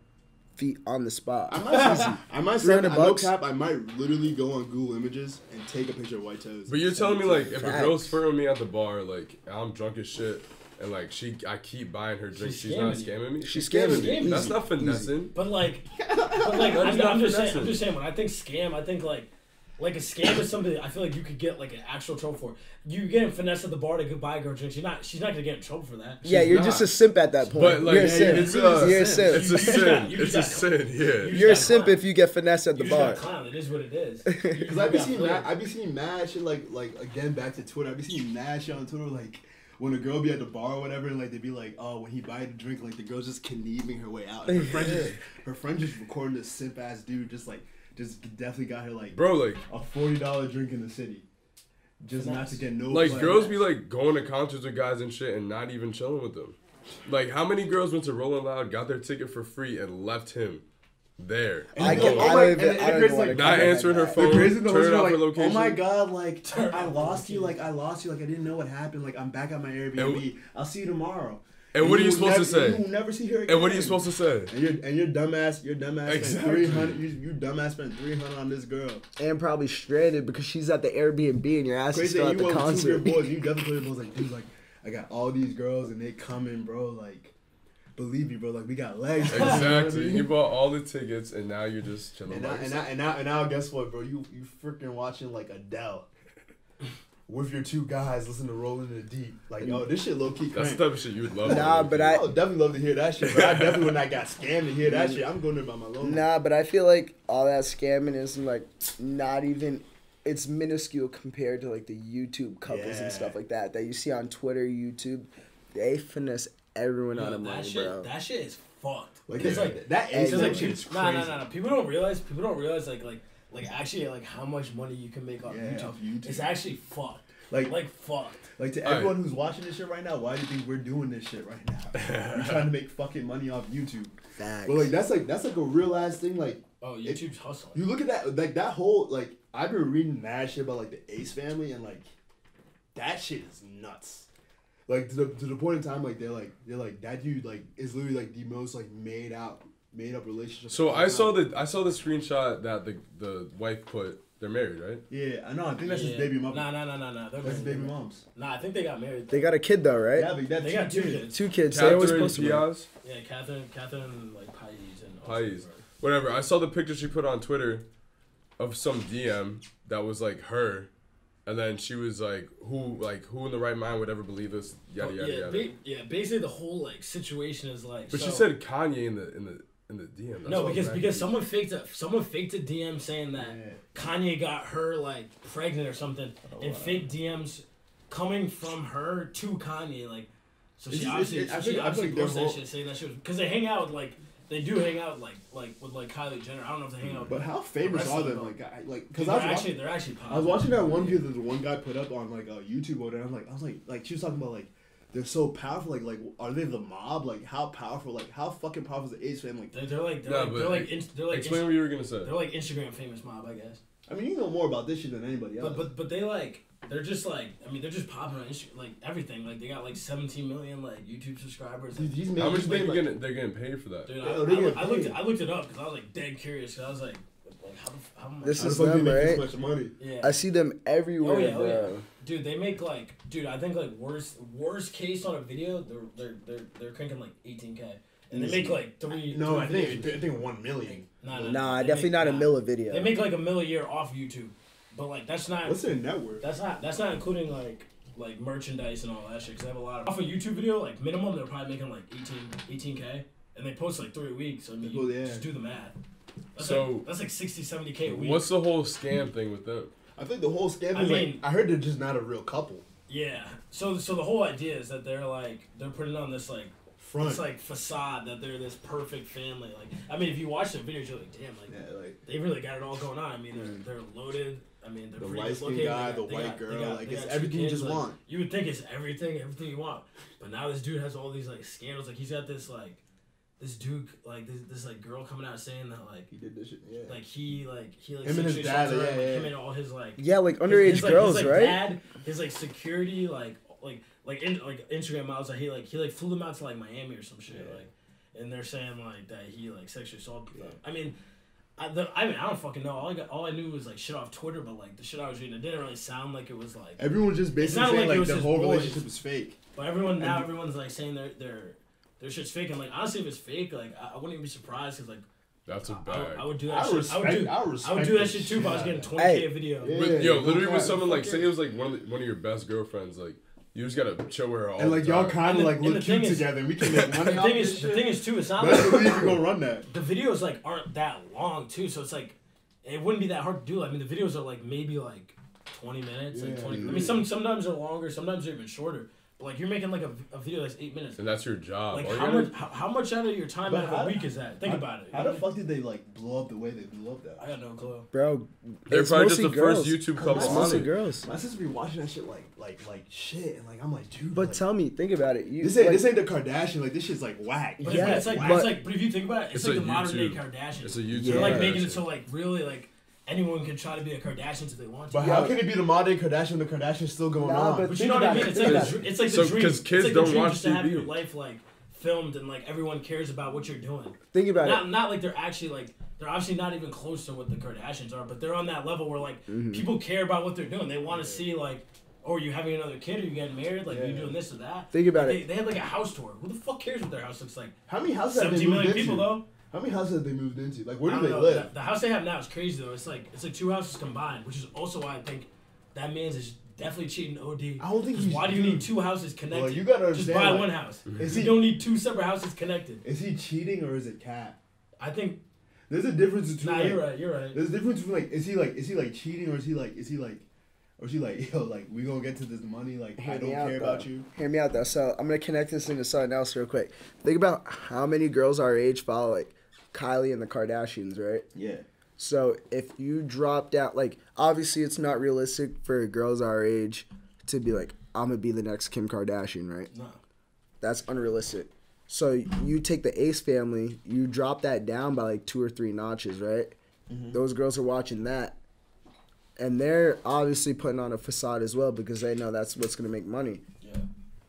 [SPEAKER 4] feet on the spot.
[SPEAKER 1] I might, I might send
[SPEAKER 4] 300
[SPEAKER 1] a no
[SPEAKER 4] bucks?
[SPEAKER 1] cap. I might literally go on Google Images and take a picture of white toes.
[SPEAKER 3] But you're telling me like if a girl's
[SPEAKER 4] Facts.
[SPEAKER 3] flirting with me at the bar, like I'm drunk as shit, and like she, I keep buying her drinks. She's, not
[SPEAKER 2] scamming you.
[SPEAKER 3] scamming me.
[SPEAKER 4] She's scamming
[SPEAKER 2] you.
[SPEAKER 3] me. That's
[SPEAKER 4] Easy.
[SPEAKER 3] not finessing.
[SPEAKER 2] But
[SPEAKER 4] [LAUGHS]
[SPEAKER 2] like, but like,
[SPEAKER 3] That is
[SPEAKER 2] I'm,
[SPEAKER 3] not
[SPEAKER 2] I'm just saying.
[SPEAKER 3] finessing.
[SPEAKER 2] I'm just saying. When I think scam, I think like, like a scam is something that I feel like you could get like an actual trouble for. You get in finesse at the bar to go buy a girl drinks. You're not. She's not gonna get in trouble for that.
[SPEAKER 4] yeah, you're
[SPEAKER 3] not.
[SPEAKER 4] just a simp at that point.
[SPEAKER 3] But like
[SPEAKER 4] you're a
[SPEAKER 1] yeah,
[SPEAKER 4] simp.
[SPEAKER 3] it's,
[SPEAKER 1] You're
[SPEAKER 3] a,
[SPEAKER 4] You're a simp.
[SPEAKER 3] it's a
[SPEAKER 2] You
[SPEAKER 3] sin.
[SPEAKER 2] got- you
[SPEAKER 3] It's a
[SPEAKER 2] got-
[SPEAKER 3] sin. Yeah.
[SPEAKER 2] you
[SPEAKER 4] You're a
[SPEAKER 2] got
[SPEAKER 4] simp
[SPEAKER 2] clown.
[SPEAKER 4] if you get finesse at the
[SPEAKER 2] you
[SPEAKER 4] bar.
[SPEAKER 2] Just got clown. It is what it
[SPEAKER 4] [LAUGHS]
[SPEAKER 2] is.
[SPEAKER 1] Because I be seeing mad, I be seeing mad shit like like again back to Twitter. I be seeing mad shit on Twitter like when a girl be at the bar or whatever, and like they be like, oh, when he buy a drink, like the girl's just conniving her way out. And her friend
[SPEAKER 3] [LAUGHS]
[SPEAKER 1] just her friend just recording this simp ass dude, just like just definitely got her like
[SPEAKER 3] Bro, like
[SPEAKER 1] a forty dollar drink in the city, just not to get no.
[SPEAKER 3] like
[SPEAKER 1] play.
[SPEAKER 3] girls be like going to concerts with guys and shit and not even chilling with them. Like how many girls went to Rolling Loud, got their ticket for free, and left him there?
[SPEAKER 1] And
[SPEAKER 4] I
[SPEAKER 1] you go,
[SPEAKER 3] Alone.
[SPEAKER 4] get-
[SPEAKER 1] oh
[SPEAKER 4] I
[SPEAKER 1] my-
[SPEAKER 4] don't
[SPEAKER 1] and-
[SPEAKER 4] even- I
[SPEAKER 1] and
[SPEAKER 4] don't
[SPEAKER 1] Chris,
[SPEAKER 4] even wanna
[SPEAKER 1] like,
[SPEAKER 4] comment
[SPEAKER 3] not
[SPEAKER 4] on
[SPEAKER 3] answering her
[SPEAKER 4] that.
[SPEAKER 1] The
[SPEAKER 3] phone,
[SPEAKER 1] crazy thing was
[SPEAKER 3] turn off
[SPEAKER 1] like,
[SPEAKER 3] her location.
[SPEAKER 1] oh my god,
[SPEAKER 3] [LAUGHS]
[SPEAKER 1] like I lost you,
[SPEAKER 2] location.
[SPEAKER 1] like I lost you, like I didn't know what happened, like I'm back at my Airbnb.
[SPEAKER 3] w-
[SPEAKER 1] I'll see you tomorrow.
[SPEAKER 3] And what are you
[SPEAKER 1] will
[SPEAKER 3] supposed to
[SPEAKER 1] nev-
[SPEAKER 3] say?
[SPEAKER 1] You will never see her again.
[SPEAKER 3] And what are you supposed to say?
[SPEAKER 1] And you're and you're dumbass. You're dumbass. Spent
[SPEAKER 3] Exactly.
[SPEAKER 1] three hundred. You, you dumbass spent three hundred on this girl.
[SPEAKER 4] And probably stranded because she's at the Airbnb and your ass is
[SPEAKER 1] Crazy.
[SPEAKER 4] still
[SPEAKER 1] that
[SPEAKER 4] at
[SPEAKER 1] You
[SPEAKER 4] the
[SPEAKER 1] went with two of
[SPEAKER 4] concert.
[SPEAKER 1] your boys. You definitely told your boys like, dude, like I got all these girls and they coming, bro. Like, believe me, bro. Like we got legs. bro, you know what I
[SPEAKER 3] Exactly.
[SPEAKER 1] [LAUGHS] mean?
[SPEAKER 3] You bought all the tickets and now you're just chilling.
[SPEAKER 1] And
[SPEAKER 3] by
[SPEAKER 1] now, and
[SPEAKER 3] yourself.
[SPEAKER 1] now, and now, and now, guess what, bro? You you freaking watching like Adele with your two guys listening to Rolling in the Deep. Like, yo, this shit low key.
[SPEAKER 3] That's the type of shit you would love.
[SPEAKER 4] Nah,
[SPEAKER 3] to do.
[SPEAKER 4] but
[SPEAKER 1] I
[SPEAKER 4] I-
[SPEAKER 1] would definitely love to hear that shit, but I definitely when I got scammed to hear that shit, I'm going there by my loan.
[SPEAKER 4] Nah, but I feel like all that scamming is like not even. It's minuscule compared to like the YouTube couples
[SPEAKER 1] Yeah.
[SPEAKER 4] and stuff like that that you see on Twitter, YouTube. They finesse everyone out
[SPEAKER 2] Yo,
[SPEAKER 4] of money,
[SPEAKER 2] that shit.
[SPEAKER 4] bro.
[SPEAKER 2] That shit is fucked.
[SPEAKER 1] Like,
[SPEAKER 2] it's
[SPEAKER 1] that-
[SPEAKER 2] like
[SPEAKER 1] that
[SPEAKER 4] it's
[SPEAKER 1] Instagram
[SPEAKER 4] like-
[SPEAKER 1] shit is crazy.
[SPEAKER 2] Nah, nah, nah, nah. People don't realize. People don't realize like like like actually like how much money you can make off
[SPEAKER 1] Yeah,
[SPEAKER 2] YouTube.
[SPEAKER 1] off YouTube.
[SPEAKER 2] It's actually fucked.
[SPEAKER 1] Like-
[SPEAKER 2] Like fucked.
[SPEAKER 1] Like to
[SPEAKER 3] Alright.
[SPEAKER 1] everyone who's watching this shit right now, why do you think we're doing this shit right
[SPEAKER 3] [LAUGHS]
[SPEAKER 1] now? We're trying to make fucking money off YouTube.
[SPEAKER 4] Facts.
[SPEAKER 1] But like that's like that's like a real ass thing. Like
[SPEAKER 2] Oh,
[SPEAKER 1] It-
[SPEAKER 2] YouTube's hustling.
[SPEAKER 1] you look at that like that whole like I've been reading mad shit about like the Ace family and like that shit is nuts. Like to the, to the point in time like they're like they're like that dude like is literally like the most like made out made up relationship.
[SPEAKER 3] So
[SPEAKER 1] of
[SPEAKER 3] I
[SPEAKER 1] all
[SPEAKER 3] saw
[SPEAKER 1] time.
[SPEAKER 3] the I saw the screenshot that the the wife put. They're married, right?
[SPEAKER 1] yeah I know I think that's his
[SPEAKER 2] Yeah.
[SPEAKER 1] baby mom.
[SPEAKER 2] Nah, nah, nah, nah, nah. They're
[SPEAKER 1] that's his
[SPEAKER 2] married.
[SPEAKER 1] baby mom's.
[SPEAKER 2] Nah, I think they got married.
[SPEAKER 4] they got a kid though, right?
[SPEAKER 1] Yeah, but that
[SPEAKER 2] They got two
[SPEAKER 1] dude.
[SPEAKER 2] kids.
[SPEAKER 4] Two kids. they always
[SPEAKER 3] Catherine
[SPEAKER 4] post about.
[SPEAKER 3] Diaz,
[SPEAKER 2] Yeah, Catherine, Catherine, like Pais and Austin,
[SPEAKER 3] Pais,
[SPEAKER 2] bro.
[SPEAKER 3] whatever. I saw the picture she put on Twitter of some DM that was like her, and then she was like, "Who like who in the right mind would ever believe this?" Yada
[SPEAKER 2] But
[SPEAKER 3] yada
[SPEAKER 2] Oh, yeah,
[SPEAKER 3] yada.
[SPEAKER 2] ba- yeah. Basically, the whole like situation is like.
[SPEAKER 3] but she
[SPEAKER 2] so-
[SPEAKER 3] said Kanye in the in the in the DM. That's
[SPEAKER 2] No,
[SPEAKER 3] what
[SPEAKER 2] because
[SPEAKER 3] I'm
[SPEAKER 2] because
[SPEAKER 3] asking.
[SPEAKER 2] someone faked a someone faked a DM saying that
[SPEAKER 1] Yeah.
[SPEAKER 2] Kanye got her like pregnant or something,
[SPEAKER 3] Oh,
[SPEAKER 2] and fake DMs coming from her to Kanye, like so
[SPEAKER 1] It's- it's-
[SPEAKER 2] she obviously
[SPEAKER 1] it- I
[SPEAKER 2] so
[SPEAKER 1] think-
[SPEAKER 2] she
[SPEAKER 1] I
[SPEAKER 2] obviously
[SPEAKER 1] think their
[SPEAKER 2] posted that
[SPEAKER 1] whole-
[SPEAKER 2] shit saying that she was because they hang out like they do hang out like like with like Kylie Jenner. I don't know if they hang out,
[SPEAKER 1] But how famous are
[SPEAKER 2] Wrestling,
[SPEAKER 1] they?
[SPEAKER 2] though.
[SPEAKER 1] Like I, like
[SPEAKER 2] because
[SPEAKER 1] because
[SPEAKER 2] they're
[SPEAKER 1] I was watching-
[SPEAKER 2] actually they're actually.
[SPEAKER 1] I was
[SPEAKER 2] popular.
[SPEAKER 1] watching that one video that the one guy put up on like uh, YouTube or whatever. I'm like, I was like, like she was talking about like they're so powerful. Like, like are they the mob? Like, how powerful? Like, how fucking powerful is the Ace family?
[SPEAKER 2] They're, they're like they're
[SPEAKER 3] Nah,
[SPEAKER 2] like
[SPEAKER 3] but
[SPEAKER 2] they're like, in, they're like
[SPEAKER 3] explain
[SPEAKER 2] Inst-
[SPEAKER 3] what you were gonna say.
[SPEAKER 2] they're like Instagram famous mob, I guess.
[SPEAKER 1] I mean, you know more about this shit than anybody else.
[SPEAKER 2] But but but they like they're just like I mean they're just popping on Instagram like everything like they got like 17 million like YouTube subscribers.
[SPEAKER 1] Dude, he's
[SPEAKER 3] How
[SPEAKER 1] making-
[SPEAKER 3] much
[SPEAKER 1] he's
[SPEAKER 3] do you think
[SPEAKER 1] making,
[SPEAKER 3] they're
[SPEAKER 1] like-
[SPEAKER 3] getting they're getting paid for that?
[SPEAKER 2] Dude, I,
[SPEAKER 1] Yeah,
[SPEAKER 2] I,
[SPEAKER 1] they get
[SPEAKER 2] I looked
[SPEAKER 1] paid.
[SPEAKER 2] I looked it up because I was like dead curious because I was like, like like how the, how much?
[SPEAKER 4] This
[SPEAKER 1] How the
[SPEAKER 4] is
[SPEAKER 1] fuck do you
[SPEAKER 4] them,
[SPEAKER 1] make this
[SPEAKER 4] right?
[SPEAKER 1] much money?
[SPEAKER 2] yeah.
[SPEAKER 4] I see them everywhere,
[SPEAKER 2] Oh, yeah, oh, yeah.
[SPEAKER 4] bro.
[SPEAKER 2] Dude, they make like, dude, I think like worst worst case on a video, they're they're they're, they're cranking like 18k, and they make like three.
[SPEAKER 5] No,
[SPEAKER 2] three
[SPEAKER 5] I think I
[SPEAKER 2] videos.
[SPEAKER 5] think- I think one million.
[SPEAKER 2] Nah, nah,
[SPEAKER 4] Nah,
[SPEAKER 2] they
[SPEAKER 4] definitely
[SPEAKER 2] make-
[SPEAKER 4] not a
[SPEAKER 2] nah.
[SPEAKER 4] mill of video.
[SPEAKER 2] They make like a mill a year off YouTube, but like that's not
[SPEAKER 1] What's their net worth?
[SPEAKER 2] that's not that's not including like like merchandise and all that shit. Cause they have a lot of off a YouTube video like minimum they're probably making like 18 18k, and they post like three weeks. So I mean,
[SPEAKER 1] Well,
[SPEAKER 2] you
[SPEAKER 1] yeah.
[SPEAKER 2] just do the math. That's
[SPEAKER 3] So-
[SPEAKER 2] like, that's like 60 70k a week.
[SPEAKER 3] What's the whole scam thing with them?
[SPEAKER 1] I think the whole scam
[SPEAKER 2] I
[SPEAKER 1] is
[SPEAKER 2] mean,
[SPEAKER 1] like
[SPEAKER 5] I heard they're just not a real couple.
[SPEAKER 2] Yeah. So so the whole idea is that they're like they're putting on this like
[SPEAKER 5] Front.
[SPEAKER 2] this like facade that they're this perfect family. Like I mean, if you watch the videos, you're like, damn, like
[SPEAKER 1] yeah, like
[SPEAKER 2] they really got it all going on. I mean, they're, they're loaded. I mean, they're
[SPEAKER 1] The
[SPEAKER 2] pretty
[SPEAKER 1] light-skinned
[SPEAKER 2] looking. They
[SPEAKER 1] guy,
[SPEAKER 2] got-
[SPEAKER 1] the
[SPEAKER 2] they
[SPEAKER 1] white
[SPEAKER 2] got- they
[SPEAKER 1] girl,
[SPEAKER 2] got-
[SPEAKER 1] like,
[SPEAKER 2] they
[SPEAKER 1] it's
[SPEAKER 2] got two
[SPEAKER 1] everything you
[SPEAKER 2] kids,
[SPEAKER 1] just
[SPEAKER 2] like,
[SPEAKER 1] want.
[SPEAKER 2] You would think it's everything, everything you want, but now this dude has all these like scandals. Like he's got this like this dude like this, this like girl coming out saying that like
[SPEAKER 1] he did this shit. Yeah.
[SPEAKER 2] like he like he like
[SPEAKER 1] Him and his
[SPEAKER 2] sexually
[SPEAKER 1] dad,
[SPEAKER 2] assaulted her,
[SPEAKER 1] yeah,
[SPEAKER 2] like,
[SPEAKER 1] yeah,
[SPEAKER 2] him
[SPEAKER 1] yeah.
[SPEAKER 2] and all his like
[SPEAKER 4] Yeah, like
[SPEAKER 2] his-
[SPEAKER 4] underage
[SPEAKER 2] his, like-
[SPEAKER 4] girls,
[SPEAKER 2] his, like,
[SPEAKER 4] right?
[SPEAKER 2] Dad, his like security, like like like in, like Instagram models that he like he like flew them out to like Miami or some shit,
[SPEAKER 1] Yeah.
[SPEAKER 2] like, and they're saying like that he like sexually assaulted them.
[SPEAKER 1] Yeah.
[SPEAKER 2] I mean, I the, I mean I don't fucking know. All I got, all I knew was like shit off Twitter, but like the shit I was reading, it didn't really sound like it was like.
[SPEAKER 1] Everyone just basically
[SPEAKER 2] not like
[SPEAKER 1] saying
[SPEAKER 2] it
[SPEAKER 1] like,
[SPEAKER 2] was
[SPEAKER 1] the
[SPEAKER 2] his
[SPEAKER 1] whole
[SPEAKER 2] boys.
[SPEAKER 1] relationship is fake.
[SPEAKER 2] But everyone now,
[SPEAKER 1] And-
[SPEAKER 2] everyone's like saying their their their shit's fake. I'm like honestly, if it's fake, like I, I wouldn't even be surprised because like
[SPEAKER 3] That's a
[SPEAKER 2] I, I, would-
[SPEAKER 3] bag.
[SPEAKER 2] I would do that.
[SPEAKER 5] I
[SPEAKER 2] shit. I would
[SPEAKER 5] respect.
[SPEAKER 2] do.
[SPEAKER 5] I
[SPEAKER 2] I
[SPEAKER 5] respect.
[SPEAKER 2] would do that
[SPEAKER 5] the
[SPEAKER 2] shit too if I was
[SPEAKER 5] out
[SPEAKER 2] getting
[SPEAKER 5] of
[SPEAKER 2] twenty k
[SPEAKER 4] Hey.
[SPEAKER 2] a video.
[SPEAKER 1] Yeah.
[SPEAKER 3] With, yo,
[SPEAKER 1] no
[SPEAKER 3] literally
[SPEAKER 1] cap.
[SPEAKER 3] with someone like,
[SPEAKER 1] Fuck
[SPEAKER 3] say
[SPEAKER 1] it.
[SPEAKER 3] it was like one of the, one of your best girlfriends, like you just gotta show her all.
[SPEAKER 1] And like
[SPEAKER 3] the
[SPEAKER 1] y'all
[SPEAKER 3] time.
[SPEAKER 1] kind
[SPEAKER 2] And
[SPEAKER 1] of
[SPEAKER 2] the-
[SPEAKER 1] like
[SPEAKER 2] and
[SPEAKER 1] look
[SPEAKER 2] the
[SPEAKER 1] cute
[SPEAKER 2] thing is-
[SPEAKER 1] together. and We can make money
[SPEAKER 2] [LAUGHS] The
[SPEAKER 1] off
[SPEAKER 2] thing
[SPEAKER 1] this
[SPEAKER 2] is, the
[SPEAKER 1] shit.
[SPEAKER 2] thing is too. It's not
[SPEAKER 1] Best
[SPEAKER 2] like [LAUGHS]
[SPEAKER 1] believe you gonna run that.
[SPEAKER 2] the videos like aren't that long too, so it's like it wouldn't be that hard to do. I mean, the videos are like maybe like twenty minutes, like
[SPEAKER 1] Yeah,
[SPEAKER 2] twenty. I
[SPEAKER 1] yeah.
[SPEAKER 2] mean, some sometimes they're longer, sometimes they're even shorter. But like you're making like a, a video that's eight minutes.
[SPEAKER 3] and that's your job.
[SPEAKER 2] Like
[SPEAKER 3] All you
[SPEAKER 2] how
[SPEAKER 3] gotta-
[SPEAKER 2] much how, how much out of your time
[SPEAKER 1] But
[SPEAKER 2] out of
[SPEAKER 1] how-
[SPEAKER 2] a week is that? Think about it.
[SPEAKER 1] How the fuck did they like blow up the way they blew up that?
[SPEAKER 2] I got no clue.
[SPEAKER 4] Bro,
[SPEAKER 3] They're
[SPEAKER 4] it's
[SPEAKER 3] probably just
[SPEAKER 4] mostly
[SPEAKER 3] the
[SPEAKER 4] girls.
[SPEAKER 3] first YouTube
[SPEAKER 5] It's
[SPEAKER 3] couple
[SPEAKER 4] It's
[SPEAKER 5] Come
[SPEAKER 3] on
[SPEAKER 4] mostly
[SPEAKER 3] it.
[SPEAKER 4] girls.
[SPEAKER 5] My sister be watching that shit like like like shit, and like I'm like, dude.
[SPEAKER 4] But
[SPEAKER 5] like,
[SPEAKER 4] tell me, think about it. You,
[SPEAKER 1] This ain't
[SPEAKER 4] like,
[SPEAKER 1] this ain't the Kardashian. Like this shit's like whack.
[SPEAKER 2] But
[SPEAKER 4] Yeah,
[SPEAKER 2] yeah, it's like
[SPEAKER 1] wow.
[SPEAKER 2] but, it's like but if you think about it, it's,
[SPEAKER 3] It's
[SPEAKER 2] like
[SPEAKER 3] a
[SPEAKER 2] the modern day
[SPEAKER 3] YouTube-
[SPEAKER 2] Kardashians.
[SPEAKER 3] It's a YouTube.
[SPEAKER 2] They're
[SPEAKER 4] Yeah.
[SPEAKER 2] like making
[SPEAKER 3] version.
[SPEAKER 2] it so like really like anyone can try to be a Kardashian if they want to.
[SPEAKER 1] But how can it be the modern Kardashian when the Kardashian's still going
[SPEAKER 4] Nah,
[SPEAKER 1] on?
[SPEAKER 4] but-
[SPEAKER 2] But you
[SPEAKER 4] Think
[SPEAKER 2] know what I
[SPEAKER 4] about
[SPEAKER 2] mean?
[SPEAKER 4] it,
[SPEAKER 2] It's
[SPEAKER 4] think
[SPEAKER 2] like the,
[SPEAKER 4] about
[SPEAKER 2] dr- it's like the
[SPEAKER 3] So,
[SPEAKER 2] dream.
[SPEAKER 3] 'cause
[SPEAKER 2] it's
[SPEAKER 3] kids
[SPEAKER 2] like
[SPEAKER 3] don't
[SPEAKER 2] the dream
[SPEAKER 3] watch
[SPEAKER 2] just to have
[SPEAKER 3] TV.
[SPEAKER 2] your life like filmed and like everyone cares about what you're doing.
[SPEAKER 4] think about
[SPEAKER 2] Not
[SPEAKER 4] it.
[SPEAKER 2] not like they're actually like they're obviously not even close to what the Kardashians are, but they're on that level where like
[SPEAKER 3] Mm-hmm.
[SPEAKER 2] people care about what they're doing. They want to see like. Or you having another kid? Or you getting married? Like are you
[SPEAKER 1] Yeah.
[SPEAKER 2] doing this or that?
[SPEAKER 4] Think about
[SPEAKER 2] Like, They,
[SPEAKER 4] it.
[SPEAKER 2] they had like a house tour. Who the fuck cares what their house looks like?
[SPEAKER 1] how many houses have they
[SPEAKER 2] Seventeen
[SPEAKER 1] moved
[SPEAKER 2] million
[SPEAKER 1] into?
[SPEAKER 2] people though.
[SPEAKER 1] How many houses have they moved into? Like where
[SPEAKER 2] I
[SPEAKER 1] do
[SPEAKER 2] don't
[SPEAKER 1] they
[SPEAKER 2] know.
[SPEAKER 1] live?
[SPEAKER 2] The, the house they have now is crazy though. It's like it's like two houses combined, which is also why I think that man's is definitely cheating OD.
[SPEAKER 1] I don't think
[SPEAKER 2] 'Cause
[SPEAKER 1] he's-
[SPEAKER 2] why do you
[SPEAKER 1] dude.
[SPEAKER 2] need two houses connected?
[SPEAKER 1] Well, you gotta
[SPEAKER 2] just
[SPEAKER 1] understand,
[SPEAKER 2] buy
[SPEAKER 1] like,
[SPEAKER 2] one house.
[SPEAKER 1] is
[SPEAKER 2] you
[SPEAKER 1] he-
[SPEAKER 2] don't need two separate houses connected.
[SPEAKER 1] Is he cheating or is it cat?
[SPEAKER 2] I think.
[SPEAKER 1] There's a difference between.
[SPEAKER 2] Nah,
[SPEAKER 1] like,
[SPEAKER 2] you're right. You're right.
[SPEAKER 1] There's a difference between like is he like is he like cheating or is he like is he like or is he like [LAUGHS] yo like we gonna get to this money like I
[SPEAKER 4] Hear
[SPEAKER 1] don't
[SPEAKER 4] me out,
[SPEAKER 1] care
[SPEAKER 4] though.
[SPEAKER 1] about you.
[SPEAKER 4] Hear me out though. So I'm gonna connect this into something else real quick. Think about how many girls our age follow like Kylie and the Kardashians, right?
[SPEAKER 1] Yeah.
[SPEAKER 4] So if you dropped out, like obviously it's not realistic for girls our age to be like, I'm gonna be the next Kim Kardashian, right?
[SPEAKER 2] No.
[SPEAKER 4] That's unrealistic. So you take the Ace family, you drop that down by like two or three notches, right?
[SPEAKER 2] Mm-hmm.
[SPEAKER 4] Those girls are watching that. And they're obviously putting on a facade as well because they know that's what's gonna make money.
[SPEAKER 2] Yeah.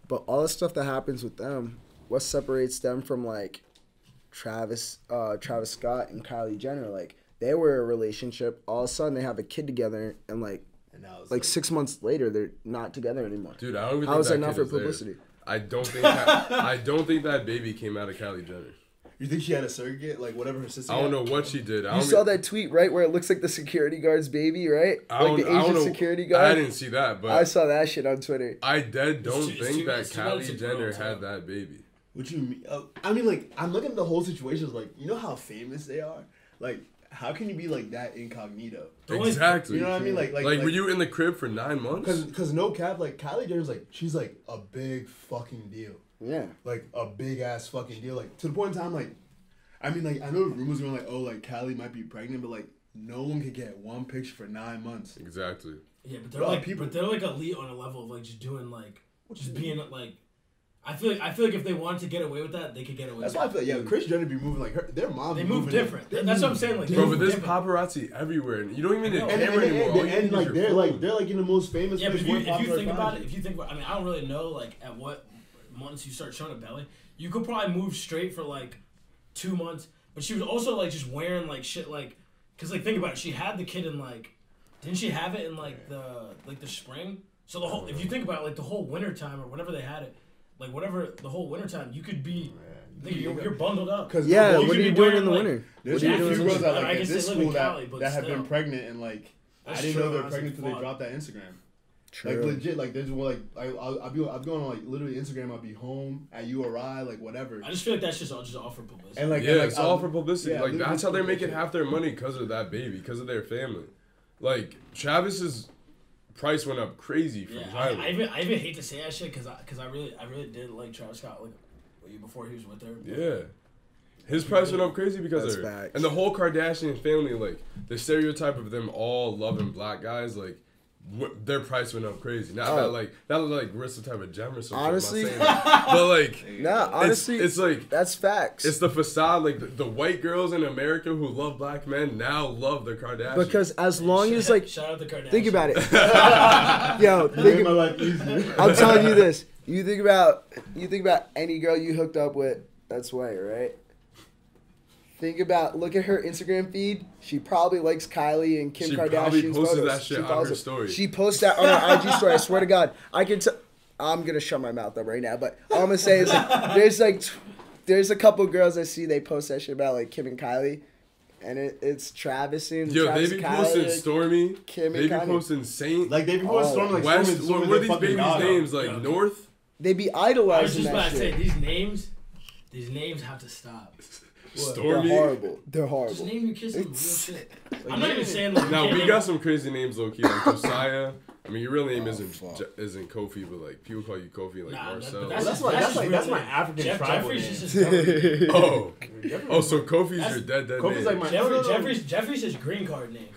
[SPEAKER 4] But all the stuff that happens with them, what separates them from like Travis, uh, Travis Scott and Kylie Jenner? Like they were a relationship. All of a sudden, they have a kid together, and like
[SPEAKER 1] And now it's
[SPEAKER 4] like six months later, they're not together anymore.
[SPEAKER 3] Dude, I don't even
[SPEAKER 4] How
[SPEAKER 3] think
[SPEAKER 4] is that not
[SPEAKER 3] kid
[SPEAKER 4] for
[SPEAKER 3] there.
[SPEAKER 4] publicity?
[SPEAKER 3] I don't think that, I don't think that baby came out of Kylie Jenner.
[SPEAKER 1] you think she had a surrogate like whatever her sister.
[SPEAKER 3] I don't
[SPEAKER 1] had?
[SPEAKER 3] know what she did. I
[SPEAKER 4] You
[SPEAKER 3] don't
[SPEAKER 4] saw
[SPEAKER 3] even-
[SPEAKER 4] that tweet right where it looks like the security guard's baby, right?
[SPEAKER 3] I
[SPEAKER 4] like
[SPEAKER 3] don't,
[SPEAKER 4] the
[SPEAKER 3] I don't
[SPEAKER 4] Asian
[SPEAKER 3] know.
[SPEAKER 4] security
[SPEAKER 3] I
[SPEAKER 4] guard.
[SPEAKER 3] didn't see that, but
[SPEAKER 4] I, saw that shit on Twitter.
[SPEAKER 3] I dead don't
[SPEAKER 2] too- it's
[SPEAKER 3] think
[SPEAKER 2] too-
[SPEAKER 3] that
[SPEAKER 2] it's too bad it's
[SPEAKER 3] Kylie
[SPEAKER 2] a girl,
[SPEAKER 3] Jenner
[SPEAKER 2] too.
[SPEAKER 3] had that baby.
[SPEAKER 1] What you mean? Uh, I mean, like, I'm looking at the whole situation. Like, you know how famous they are. Like, how can you be like that incognito?
[SPEAKER 2] The only-
[SPEAKER 3] Exactly.
[SPEAKER 1] You know what I mean? Like, like,
[SPEAKER 3] Like, were you in the crib for nine
[SPEAKER 1] Because,
[SPEAKER 3] months?
[SPEAKER 1] because no cap. Like, Kylie Jenner's like, she's like a big fucking deal.
[SPEAKER 4] Yeah.
[SPEAKER 1] Like a big ass fucking deal. Like to the point in time, like, I mean, like, I know rumors going like, oh, like Kylie might be pregnant, but like, no one could get one picture for nine months.
[SPEAKER 3] Exactly.
[SPEAKER 2] Yeah, but they're
[SPEAKER 1] Bro,
[SPEAKER 2] like
[SPEAKER 1] people-
[SPEAKER 2] but they're like elite on a level of like just doing like just being like. I feel like I feel like if they wanted to get away with that, they could get away.
[SPEAKER 1] That's
[SPEAKER 2] with
[SPEAKER 1] why I feel like, yeah, Chris Jenner be moving like her. Their mom.
[SPEAKER 2] it. They
[SPEAKER 1] be
[SPEAKER 2] move
[SPEAKER 1] moving, like-
[SPEAKER 2] different.
[SPEAKER 1] they
[SPEAKER 2] That's what I'm
[SPEAKER 1] move
[SPEAKER 2] saying. Like they
[SPEAKER 3] Bro,
[SPEAKER 2] move
[SPEAKER 3] but there's
[SPEAKER 2] different.
[SPEAKER 3] paparazzi everywhere, and you don't even need a
[SPEAKER 2] I know.
[SPEAKER 1] And, and,
[SPEAKER 3] camera
[SPEAKER 1] and,
[SPEAKER 3] anymore.
[SPEAKER 1] and,
[SPEAKER 3] All
[SPEAKER 1] and,
[SPEAKER 3] you need is
[SPEAKER 1] like
[SPEAKER 3] your
[SPEAKER 1] they're
[SPEAKER 3] phone.
[SPEAKER 1] like they're like in the most famous.
[SPEAKER 2] Yeah, but
[SPEAKER 1] place,
[SPEAKER 2] if you,
[SPEAKER 1] more
[SPEAKER 2] if you
[SPEAKER 1] popular
[SPEAKER 2] think about it,
[SPEAKER 1] times.
[SPEAKER 2] if you think about, I mean, I don't really know like at what months you start showing a belly. You could probably move straight for like two months, but she was also like just wearing like shit like Cause like think about it, she had the kid in like, didn't she have it in like the like the spring? So the whole if you think about it, like the whole winter time or whenever they had it, like whatever the whole winter time, you could be, nigga, you're, you're bundled up.
[SPEAKER 1] Because
[SPEAKER 4] Yeah,
[SPEAKER 2] Well, you
[SPEAKER 4] what
[SPEAKER 2] could
[SPEAKER 4] are you
[SPEAKER 2] be
[SPEAKER 4] doing
[SPEAKER 2] wearing,
[SPEAKER 4] in the
[SPEAKER 2] like-
[SPEAKER 4] winter?
[SPEAKER 1] There's
[SPEAKER 4] What are you
[SPEAKER 1] a few
[SPEAKER 4] doing in the
[SPEAKER 1] girls
[SPEAKER 4] winter?
[SPEAKER 1] that like
[SPEAKER 2] I
[SPEAKER 1] at
[SPEAKER 2] guess
[SPEAKER 1] this
[SPEAKER 2] they live in
[SPEAKER 1] school that,
[SPEAKER 2] Cali, but
[SPEAKER 1] that have
[SPEAKER 2] still.
[SPEAKER 1] been pregnant and like
[SPEAKER 2] That's
[SPEAKER 1] I didn't know
[SPEAKER 2] true,
[SPEAKER 1] they were
[SPEAKER 2] honestly,
[SPEAKER 1] pregnant until they
[SPEAKER 2] fuck.
[SPEAKER 1] dropped that Instagram.
[SPEAKER 4] True.
[SPEAKER 1] Like legit, like there's one like I I'll, I'll be I'll be on like literally Instagram. I'll be home at URI like whatever,
[SPEAKER 2] I just feel like that's just all just all for publicity.
[SPEAKER 1] and like
[SPEAKER 3] yeah,
[SPEAKER 1] and, like,
[SPEAKER 3] it's all
[SPEAKER 1] I'll-
[SPEAKER 3] for publicity.
[SPEAKER 1] yeah,
[SPEAKER 3] like
[SPEAKER 1] literally
[SPEAKER 3] that's how they're making
[SPEAKER 1] publicity.
[SPEAKER 3] half their money because of that baby, because of their family. Like Travis's price went up crazy from
[SPEAKER 2] yeah, I,
[SPEAKER 3] Tyler.
[SPEAKER 2] I even I even hate to say that shit because I because I really I really did like Travis Scott like way before he was with her. but-
[SPEAKER 3] yeah, his price went up crazy because
[SPEAKER 4] That's
[SPEAKER 3] of her.
[SPEAKER 4] facts.
[SPEAKER 3] And the whole Kardashian family, like the stereotype of them all loving black guys, like. wh- Their price went up crazy. Not
[SPEAKER 4] Oh.
[SPEAKER 3] that like that was like we're some type of gem or something.
[SPEAKER 4] Honestly-
[SPEAKER 3] but like
[SPEAKER 4] [LAUGHS] Nah, honestly,
[SPEAKER 3] it's, it's like
[SPEAKER 4] that's facts.
[SPEAKER 3] It's the facade, like the, the white girls in America who love black men now love the Kardashians.
[SPEAKER 4] because as long as like,
[SPEAKER 2] shout out the Kardashians.
[SPEAKER 4] think about it,
[SPEAKER 3] [LAUGHS]
[SPEAKER 4] yo,
[SPEAKER 1] Made
[SPEAKER 4] think,
[SPEAKER 1] my life easier.
[SPEAKER 4] I'm telling you this. You think about you think about any girl you hooked up with that's white, right? Think about look at her Instagram feed. She probably likes Kylie and Kim
[SPEAKER 3] She probably
[SPEAKER 4] Kardashian's
[SPEAKER 3] posted
[SPEAKER 4] photos.
[SPEAKER 3] that shit
[SPEAKER 4] she
[SPEAKER 3] on
[SPEAKER 4] follows
[SPEAKER 3] her
[SPEAKER 4] it.
[SPEAKER 3] story.
[SPEAKER 4] She posts that on
[SPEAKER 3] [LAUGHS]
[SPEAKER 4] her IG story. I swear to God, I can. T- I'm gonna shut my mouth up right now. But all I'm gonna say is
[SPEAKER 3] [LAUGHS]
[SPEAKER 4] like, there's like, t- there's a couple girls I see they post that shit about like Kim and Kylie, and it, it's Travis and
[SPEAKER 3] yo,
[SPEAKER 4] Travis
[SPEAKER 3] they be
[SPEAKER 4] Kylie,
[SPEAKER 3] posting Stormy,
[SPEAKER 4] Kim and
[SPEAKER 3] they be
[SPEAKER 4] Kanye.
[SPEAKER 3] posting Saint,
[SPEAKER 1] like they before
[SPEAKER 4] Oh.
[SPEAKER 1] storm like
[SPEAKER 3] West.
[SPEAKER 1] Storm is- Storm
[SPEAKER 3] what
[SPEAKER 1] is
[SPEAKER 3] what are
[SPEAKER 1] their fucking
[SPEAKER 3] these babies'
[SPEAKER 1] daughter.
[SPEAKER 3] names? Like
[SPEAKER 2] Yeah.
[SPEAKER 3] North.
[SPEAKER 4] They be
[SPEAKER 2] I was
[SPEAKER 4] idolizing
[SPEAKER 2] just about
[SPEAKER 4] that
[SPEAKER 2] to say
[SPEAKER 4] shit.
[SPEAKER 2] these names. These names have to stop.
[SPEAKER 4] They're
[SPEAKER 3] Stormy.
[SPEAKER 4] horrible. They're
[SPEAKER 2] Just
[SPEAKER 4] horrible.
[SPEAKER 2] name your kids some real
[SPEAKER 4] It's-
[SPEAKER 2] shit. I'm not even saying like. you
[SPEAKER 3] Now
[SPEAKER 2] can't
[SPEAKER 3] we
[SPEAKER 2] name-
[SPEAKER 3] got some crazy names, low key, like Josiah. I mean, your real name isn't
[SPEAKER 4] Oh, fuck.
[SPEAKER 3] J- isn't Kofi, but like people call you Kofi, like
[SPEAKER 2] Nah, that-
[SPEAKER 3] Marcel.
[SPEAKER 2] but that's,
[SPEAKER 5] Well, that's my-
[SPEAKER 2] that's,
[SPEAKER 5] that's like-
[SPEAKER 2] real
[SPEAKER 5] that's my
[SPEAKER 2] name.
[SPEAKER 5] African
[SPEAKER 2] Jeff,
[SPEAKER 5] tribal
[SPEAKER 2] Jeffrey's
[SPEAKER 5] name.
[SPEAKER 2] is just
[SPEAKER 3] [LAUGHS]
[SPEAKER 2] Jeffrey-
[SPEAKER 3] oh, oh, so Kofi's
[SPEAKER 2] That's-
[SPEAKER 3] your dead dead
[SPEAKER 1] Kofi's
[SPEAKER 3] name.
[SPEAKER 1] like my- No, no,
[SPEAKER 2] Jeffrey,
[SPEAKER 1] no.
[SPEAKER 2] Jeffrey's Jeffrey's his green card name.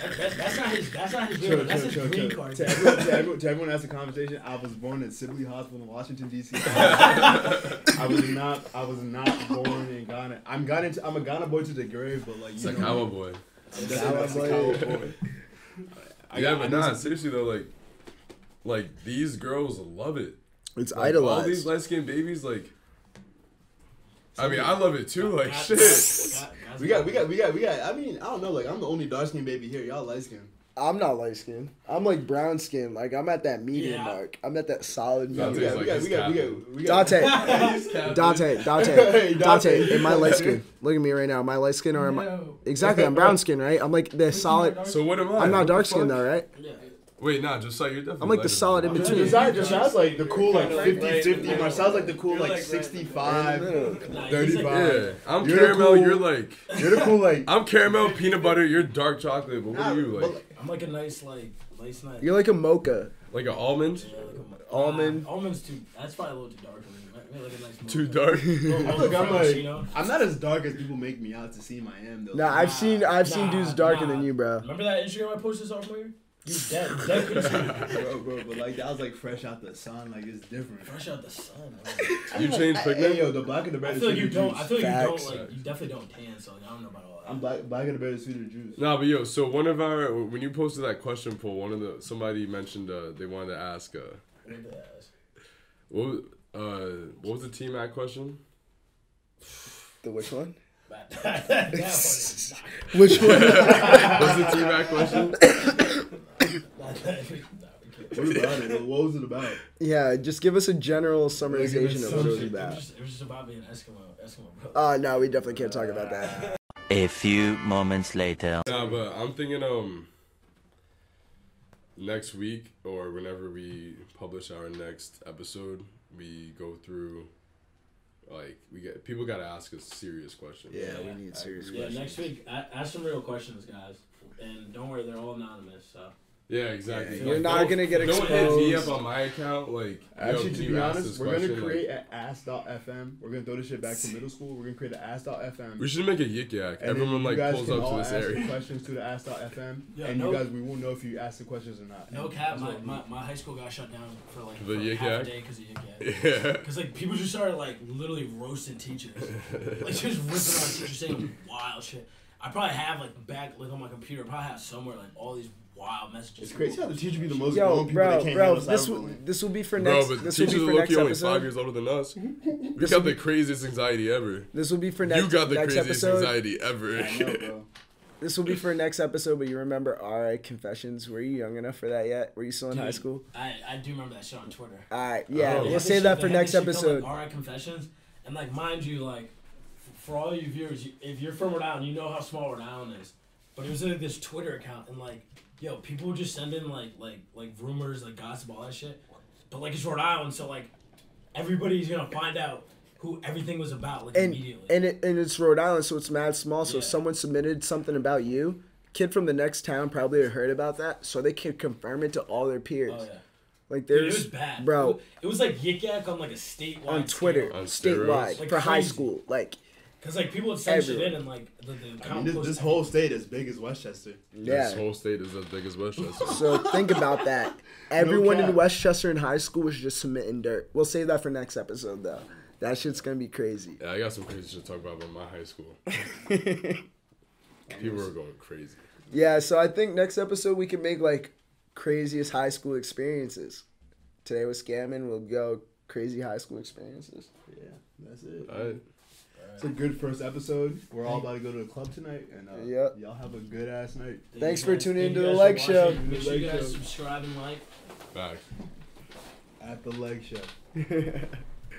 [SPEAKER 2] That, that's, that's not his. That's not his real.
[SPEAKER 1] Chill,
[SPEAKER 2] name. That's
[SPEAKER 1] chill,
[SPEAKER 2] his
[SPEAKER 1] chill,
[SPEAKER 2] green
[SPEAKER 1] chill.
[SPEAKER 2] card.
[SPEAKER 1] To
[SPEAKER 2] name.
[SPEAKER 1] everyone,
[SPEAKER 2] [LAUGHS]
[SPEAKER 1] to everyone, to everyone that's a conversation, I was born at Sibley Hospital in Washington
[SPEAKER 2] [LAUGHS]
[SPEAKER 1] D.C. I was not, I was not born in Ghana. I'm Ghana, I'm a Ghana boy to the grave, but like you
[SPEAKER 3] It's like
[SPEAKER 1] know,
[SPEAKER 3] I'm a boy.
[SPEAKER 1] that's, that's a
[SPEAKER 4] Cowboy.
[SPEAKER 1] cowboy boy. I
[SPEAKER 3] yeah,
[SPEAKER 1] got- I
[SPEAKER 3] but
[SPEAKER 1] knew
[SPEAKER 3] nah,
[SPEAKER 1] some-
[SPEAKER 3] seriously though, like, like these girls love it.
[SPEAKER 4] It's
[SPEAKER 3] Like, All these
[SPEAKER 4] idolized.
[SPEAKER 3] light skinned babies, like. I mean, I love it too. Like
[SPEAKER 2] God-
[SPEAKER 3] shit.
[SPEAKER 2] God- God's
[SPEAKER 1] We got, we got, we got, we got. I mean, I don't know. Like, I'm the only dark skinned baby here. Y'all light skinned.
[SPEAKER 4] I'm not light skinned. I'm like brown skinned. Like I'm at that medium
[SPEAKER 2] Yeah.
[SPEAKER 4] mark. I'm at that solid
[SPEAKER 1] We
[SPEAKER 3] Dante's
[SPEAKER 1] got,
[SPEAKER 4] medium.
[SPEAKER 1] we
[SPEAKER 3] like
[SPEAKER 1] got,
[SPEAKER 3] his
[SPEAKER 1] we got, we
[SPEAKER 3] captain.
[SPEAKER 1] got, we got. [LAUGHS]
[SPEAKER 4] Dante, [LAUGHS] Dante, Dante,
[SPEAKER 1] Hey, Dante.
[SPEAKER 4] Dante. Am I light [LAUGHS] skinned? Look at me right now. Am I light skinned or am I?
[SPEAKER 2] No.
[SPEAKER 4] Exactly. I'm brown skinned, right? I'm like the solid.
[SPEAKER 3] So what am I?
[SPEAKER 4] I'm
[SPEAKER 3] What
[SPEAKER 4] not
[SPEAKER 3] the
[SPEAKER 4] dark skinned
[SPEAKER 3] fuck?
[SPEAKER 4] though, right?
[SPEAKER 2] Yeah.
[SPEAKER 3] Wait, nah, just like you're definitely.
[SPEAKER 4] I'm like
[SPEAKER 3] lighter
[SPEAKER 4] the
[SPEAKER 3] than
[SPEAKER 4] solid
[SPEAKER 3] me.
[SPEAKER 4] in between.
[SPEAKER 1] Josiah, Josiah's like the cool, like
[SPEAKER 2] You're like
[SPEAKER 1] 50,
[SPEAKER 2] right
[SPEAKER 1] 50.
[SPEAKER 2] in the
[SPEAKER 1] Marcel's like the
[SPEAKER 2] middle.
[SPEAKER 1] cool,
[SPEAKER 2] You're
[SPEAKER 1] like
[SPEAKER 2] like right in the
[SPEAKER 1] 65.
[SPEAKER 2] Nah, he's
[SPEAKER 1] Dirty
[SPEAKER 2] like-
[SPEAKER 1] vibe.
[SPEAKER 3] Yeah, I'm
[SPEAKER 1] You're the
[SPEAKER 3] caramel.
[SPEAKER 1] cool-
[SPEAKER 3] You're like
[SPEAKER 1] You're the cool, like.
[SPEAKER 3] I'm caramel peanut butter. You're dark chocolate. But what are you
[SPEAKER 1] Nah,
[SPEAKER 3] like?
[SPEAKER 2] I'm like a nice like nice night.
[SPEAKER 4] You're like a mocha.
[SPEAKER 3] Like an almond? [LAUGHS]
[SPEAKER 2] Yeah, like a-
[SPEAKER 4] Almond.
[SPEAKER 2] Nah, almond's too. That's probably a little too dark for me. Maybe like a nice
[SPEAKER 3] Too
[SPEAKER 4] [LAUGHS]
[SPEAKER 3] dark.
[SPEAKER 2] Oh,
[SPEAKER 1] I feel
[SPEAKER 3] [LAUGHS]
[SPEAKER 1] like I'm like I'm not as dark as people make me out to seem I am though.
[SPEAKER 4] Nah, I've seen I've seen
[SPEAKER 2] nah,
[SPEAKER 4] dudes darker
[SPEAKER 2] nah.
[SPEAKER 4] than you, bro.
[SPEAKER 2] Remember that Instagram I posted sophomore year? You dead, dead [LAUGHS] Instagram.
[SPEAKER 1] bro, bro, but like that was like fresh out the sun, like it's different.
[SPEAKER 2] Fresh out the sun. bro.
[SPEAKER 3] You changed
[SPEAKER 1] Hey, hey,
[SPEAKER 3] pigment.
[SPEAKER 1] yo, the black and the
[SPEAKER 2] I
[SPEAKER 1] red. is
[SPEAKER 2] feel like you
[SPEAKER 1] sweeter
[SPEAKER 2] don't.
[SPEAKER 1] juice.
[SPEAKER 2] I feel like you
[SPEAKER 4] Facts.
[SPEAKER 2] don't like. You definitely don't tan, so like, I don't know about all that.
[SPEAKER 1] I'm black. Black and the red is sweeter juice.
[SPEAKER 3] Nah, but yo, so one of our when you posted that question poll, one of the somebody mentioned uh, they wanted to ask uh,
[SPEAKER 2] [LAUGHS]
[SPEAKER 3] what was, uh, what was the team at question?
[SPEAKER 4] The which one?
[SPEAKER 2] That- that one is not-
[SPEAKER 4] Which one?
[SPEAKER 3] What's the team at question?
[SPEAKER 2] that- that- nah, we can't.
[SPEAKER 1] What about it? What was it
[SPEAKER 3] [LAUGHS]
[SPEAKER 1] about?
[SPEAKER 4] [LAUGHS] yeah, just give us a general summarization of
[SPEAKER 1] so
[SPEAKER 4] what it was
[SPEAKER 1] shit.
[SPEAKER 2] It was
[SPEAKER 4] about.
[SPEAKER 2] just- it was just about being Eskimo, Eskimo bro.
[SPEAKER 4] Uh no, we definitely can't talk about that.
[SPEAKER 6] A few moments later.
[SPEAKER 3] Nah, but I'm thinking um next week or whenever we publish our next episode, we go through like we get people gotta ask us serious questions.
[SPEAKER 4] Yeah, we need serious
[SPEAKER 2] yeah,
[SPEAKER 4] questions.
[SPEAKER 2] next week, a- ask some real questions, guys, and don't worry, they're all anonymous. So
[SPEAKER 3] Yeah, exactly.
[SPEAKER 4] Yeah, we're not
[SPEAKER 3] don't-
[SPEAKER 4] gonna get
[SPEAKER 3] Don't hit me
[SPEAKER 4] exposed.
[SPEAKER 3] up on my account, like
[SPEAKER 1] Actually,
[SPEAKER 3] yo, can
[SPEAKER 1] to
[SPEAKER 3] you
[SPEAKER 1] be
[SPEAKER 3] ask
[SPEAKER 1] honest,
[SPEAKER 3] this
[SPEAKER 1] we're gonna
[SPEAKER 3] question?
[SPEAKER 1] create
[SPEAKER 3] Like,
[SPEAKER 1] an ass.fm. We're gonna throw this shit back to middle school. We're gonna create an ass.fm.
[SPEAKER 3] we should make a yik yak.
[SPEAKER 1] And then
[SPEAKER 3] Everyone
[SPEAKER 1] you
[SPEAKER 3] like
[SPEAKER 1] guys
[SPEAKER 3] pulls
[SPEAKER 1] can
[SPEAKER 3] up to
[SPEAKER 1] all
[SPEAKER 3] this
[SPEAKER 1] ask
[SPEAKER 3] area.
[SPEAKER 1] Questions to the ask.fm,
[SPEAKER 2] Yeah,
[SPEAKER 1] and
[SPEAKER 2] no-
[SPEAKER 1] you guys, we will know if you ask the questions or not.
[SPEAKER 2] no
[SPEAKER 1] And
[SPEAKER 2] cap,
[SPEAKER 1] that's
[SPEAKER 2] my,
[SPEAKER 1] what we-
[SPEAKER 2] my, my high school got shut down for like
[SPEAKER 3] The
[SPEAKER 2] for
[SPEAKER 3] yik
[SPEAKER 2] half
[SPEAKER 3] yak?
[SPEAKER 2] a day because of yik yak. [LAUGHS]
[SPEAKER 3] Yeah.
[SPEAKER 2] Because like people just started like literally roasting teachers, like just ripping on teachers, saying wild shit. I probably have like back like on my computer, I probably have somewhere like all these wild messages.
[SPEAKER 1] It's crazy how the teacher be the most
[SPEAKER 4] Yo,
[SPEAKER 1] grown people that
[SPEAKER 4] bro,
[SPEAKER 1] can't
[SPEAKER 4] bro,
[SPEAKER 1] handle
[SPEAKER 4] this will
[SPEAKER 1] cyberbullying.
[SPEAKER 4] this will be
[SPEAKER 3] [LAUGHS]
[SPEAKER 4] for
[SPEAKER 3] Bro,
[SPEAKER 4] next
[SPEAKER 3] but
[SPEAKER 4] this will
[SPEAKER 3] teachers
[SPEAKER 4] be for
[SPEAKER 3] are
[SPEAKER 4] next
[SPEAKER 3] looking only five
[SPEAKER 4] episode.
[SPEAKER 3] years older than
[SPEAKER 4] [LAUGHS]
[SPEAKER 3] us. We got the craziest anxiety ever.
[SPEAKER 4] This will be for next
[SPEAKER 3] you got the
[SPEAKER 4] next
[SPEAKER 3] craziest
[SPEAKER 4] episode.
[SPEAKER 3] [LAUGHS] anxiety ever.
[SPEAKER 1] I know, bro.
[SPEAKER 4] This will be for next episode, but you remember our confessions? Were you young enough for that yet? Were you still in high
[SPEAKER 2] Dude,
[SPEAKER 4] school?
[SPEAKER 2] I, I do remember that shit on Twitter.
[SPEAKER 4] All right, yeah,
[SPEAKER 3] Oh.
[SPEAKER 2] They
[SPEAKER 4] we'll
[SPEAKER 2] had this
[SPEAKER 4] save
[SPEAKER 2] shit-
[SPEAKER 4] that
[SPEAKER 2] they
[SPEAKER 4] for
[SPEAKER 2] had this
[SPEAKER 4] next
[SPEAKER 2] shit called,
[SPEAKER 4] episode.
[SPEAKER 2] Like, All right, confessions, and like mind you, like f- for all you viewers, you, if you're from Rhode Island, you know how small Rhode Island is. But it was like this Twitter account, and like, yo, people would just send in like like like rumors, like gossip, all that shit. But like it's Rhode Island, so like everybody's gonna find out who everything was about like
[SPEAKER 4] And
[SPEAKER 2] immediately.
[SPEAKER 4] and it, and it's Rhode Island, so it's mad small. So if
[SPEAKER 2] Yeah.
[SPEAKER 4] someone submitted something about you. Kid from the next town probably heard about that, so they can confirm it to all their peers.
[SPEAKER 2] oh yeah,
[SPEAKER 4] Like
[SPEAKER 2] Dude, it
[SPEAKER 4] there's
[SPEAKER 2] was bad,
[SPEAKER 4] bro
[SPEAKER 2] It was like yik yak on like a statewide
[SPEAKER 4] on Twitter
[SPEAKER 3] On
[SPEAKER 4] statewide
[SPEAKER 3] steroids.
[SPEAKER 2] Like
[SPEAKER 4] for high
[SPEAKER 2] crazy.
[SPEAKER 4] school. Like
[SPEAKER 2] because like people would send shit
[SPEAKER 4] Everywhere.
[SPEAKER 2] in and like the, the
[SPEAKER 1] I mean,
[SPEAKER 2] account
[SPEAKER 1] this,
[SPEAKER 2] posts
[SPEAKER 1] this whole state as big as Westchester.
[SPEAKER 3] This
[SPEAKER 4] yeah.
[SPEAKER 3] whole state is as big as Westchester.
[SPEAKER 4] [LAUGHS] So think about that. Everyone in
[SPEAKER 1] cap.
[SPEAKER 4] Westchester in high school was just submitting dirt. We'll save that for next episode though. That shit's gonna be crazy.
[SPEAKER 3] yeah, I got some crazy shit to talk about about my high school. People were going crazy.
[SPEAKER 4] Yeah, so I think next episode we can make like craziest high school experiences. Today was scamming. We'll go crazy high school experiences.
[SPEAKER 1] Yeah, that's it.
[SPEAKER 3] All right.
[SPEAKER 1] It's a good first episode. We're all about to go to the club tonight, and uh,
[SPEAKER 4] Yep.
[SPEAKER 1] y'all have a good ass night.
[SPEAKER 4] Thanks
[SPEAKER 2] you
[SPEAKER 4] for
[SPEAKER 2] guys-
[SPEAKER 4] tuning
[SPEAKER 2] thank
[SPEAKER 4] into
[SPEAKER 2] you
[SPEAKER 4] the
[SPEAKER 2] guys
[SPEAKER 4] Leg
[SPEAKER 2] for
[SPEAKER 4] Show.
[SPEAKER 2] watching. Make
[SPEAKER 1] The
[SPEAKER 2] sure you
[SPEAKER 1] Leg
[SPEAKER 2] guys
[SPEAKER 1] Show.
[SPEAKER 2] subscribe and like.
[SPEAKER 3] Back.
[SPEAKER 1] at the leg show.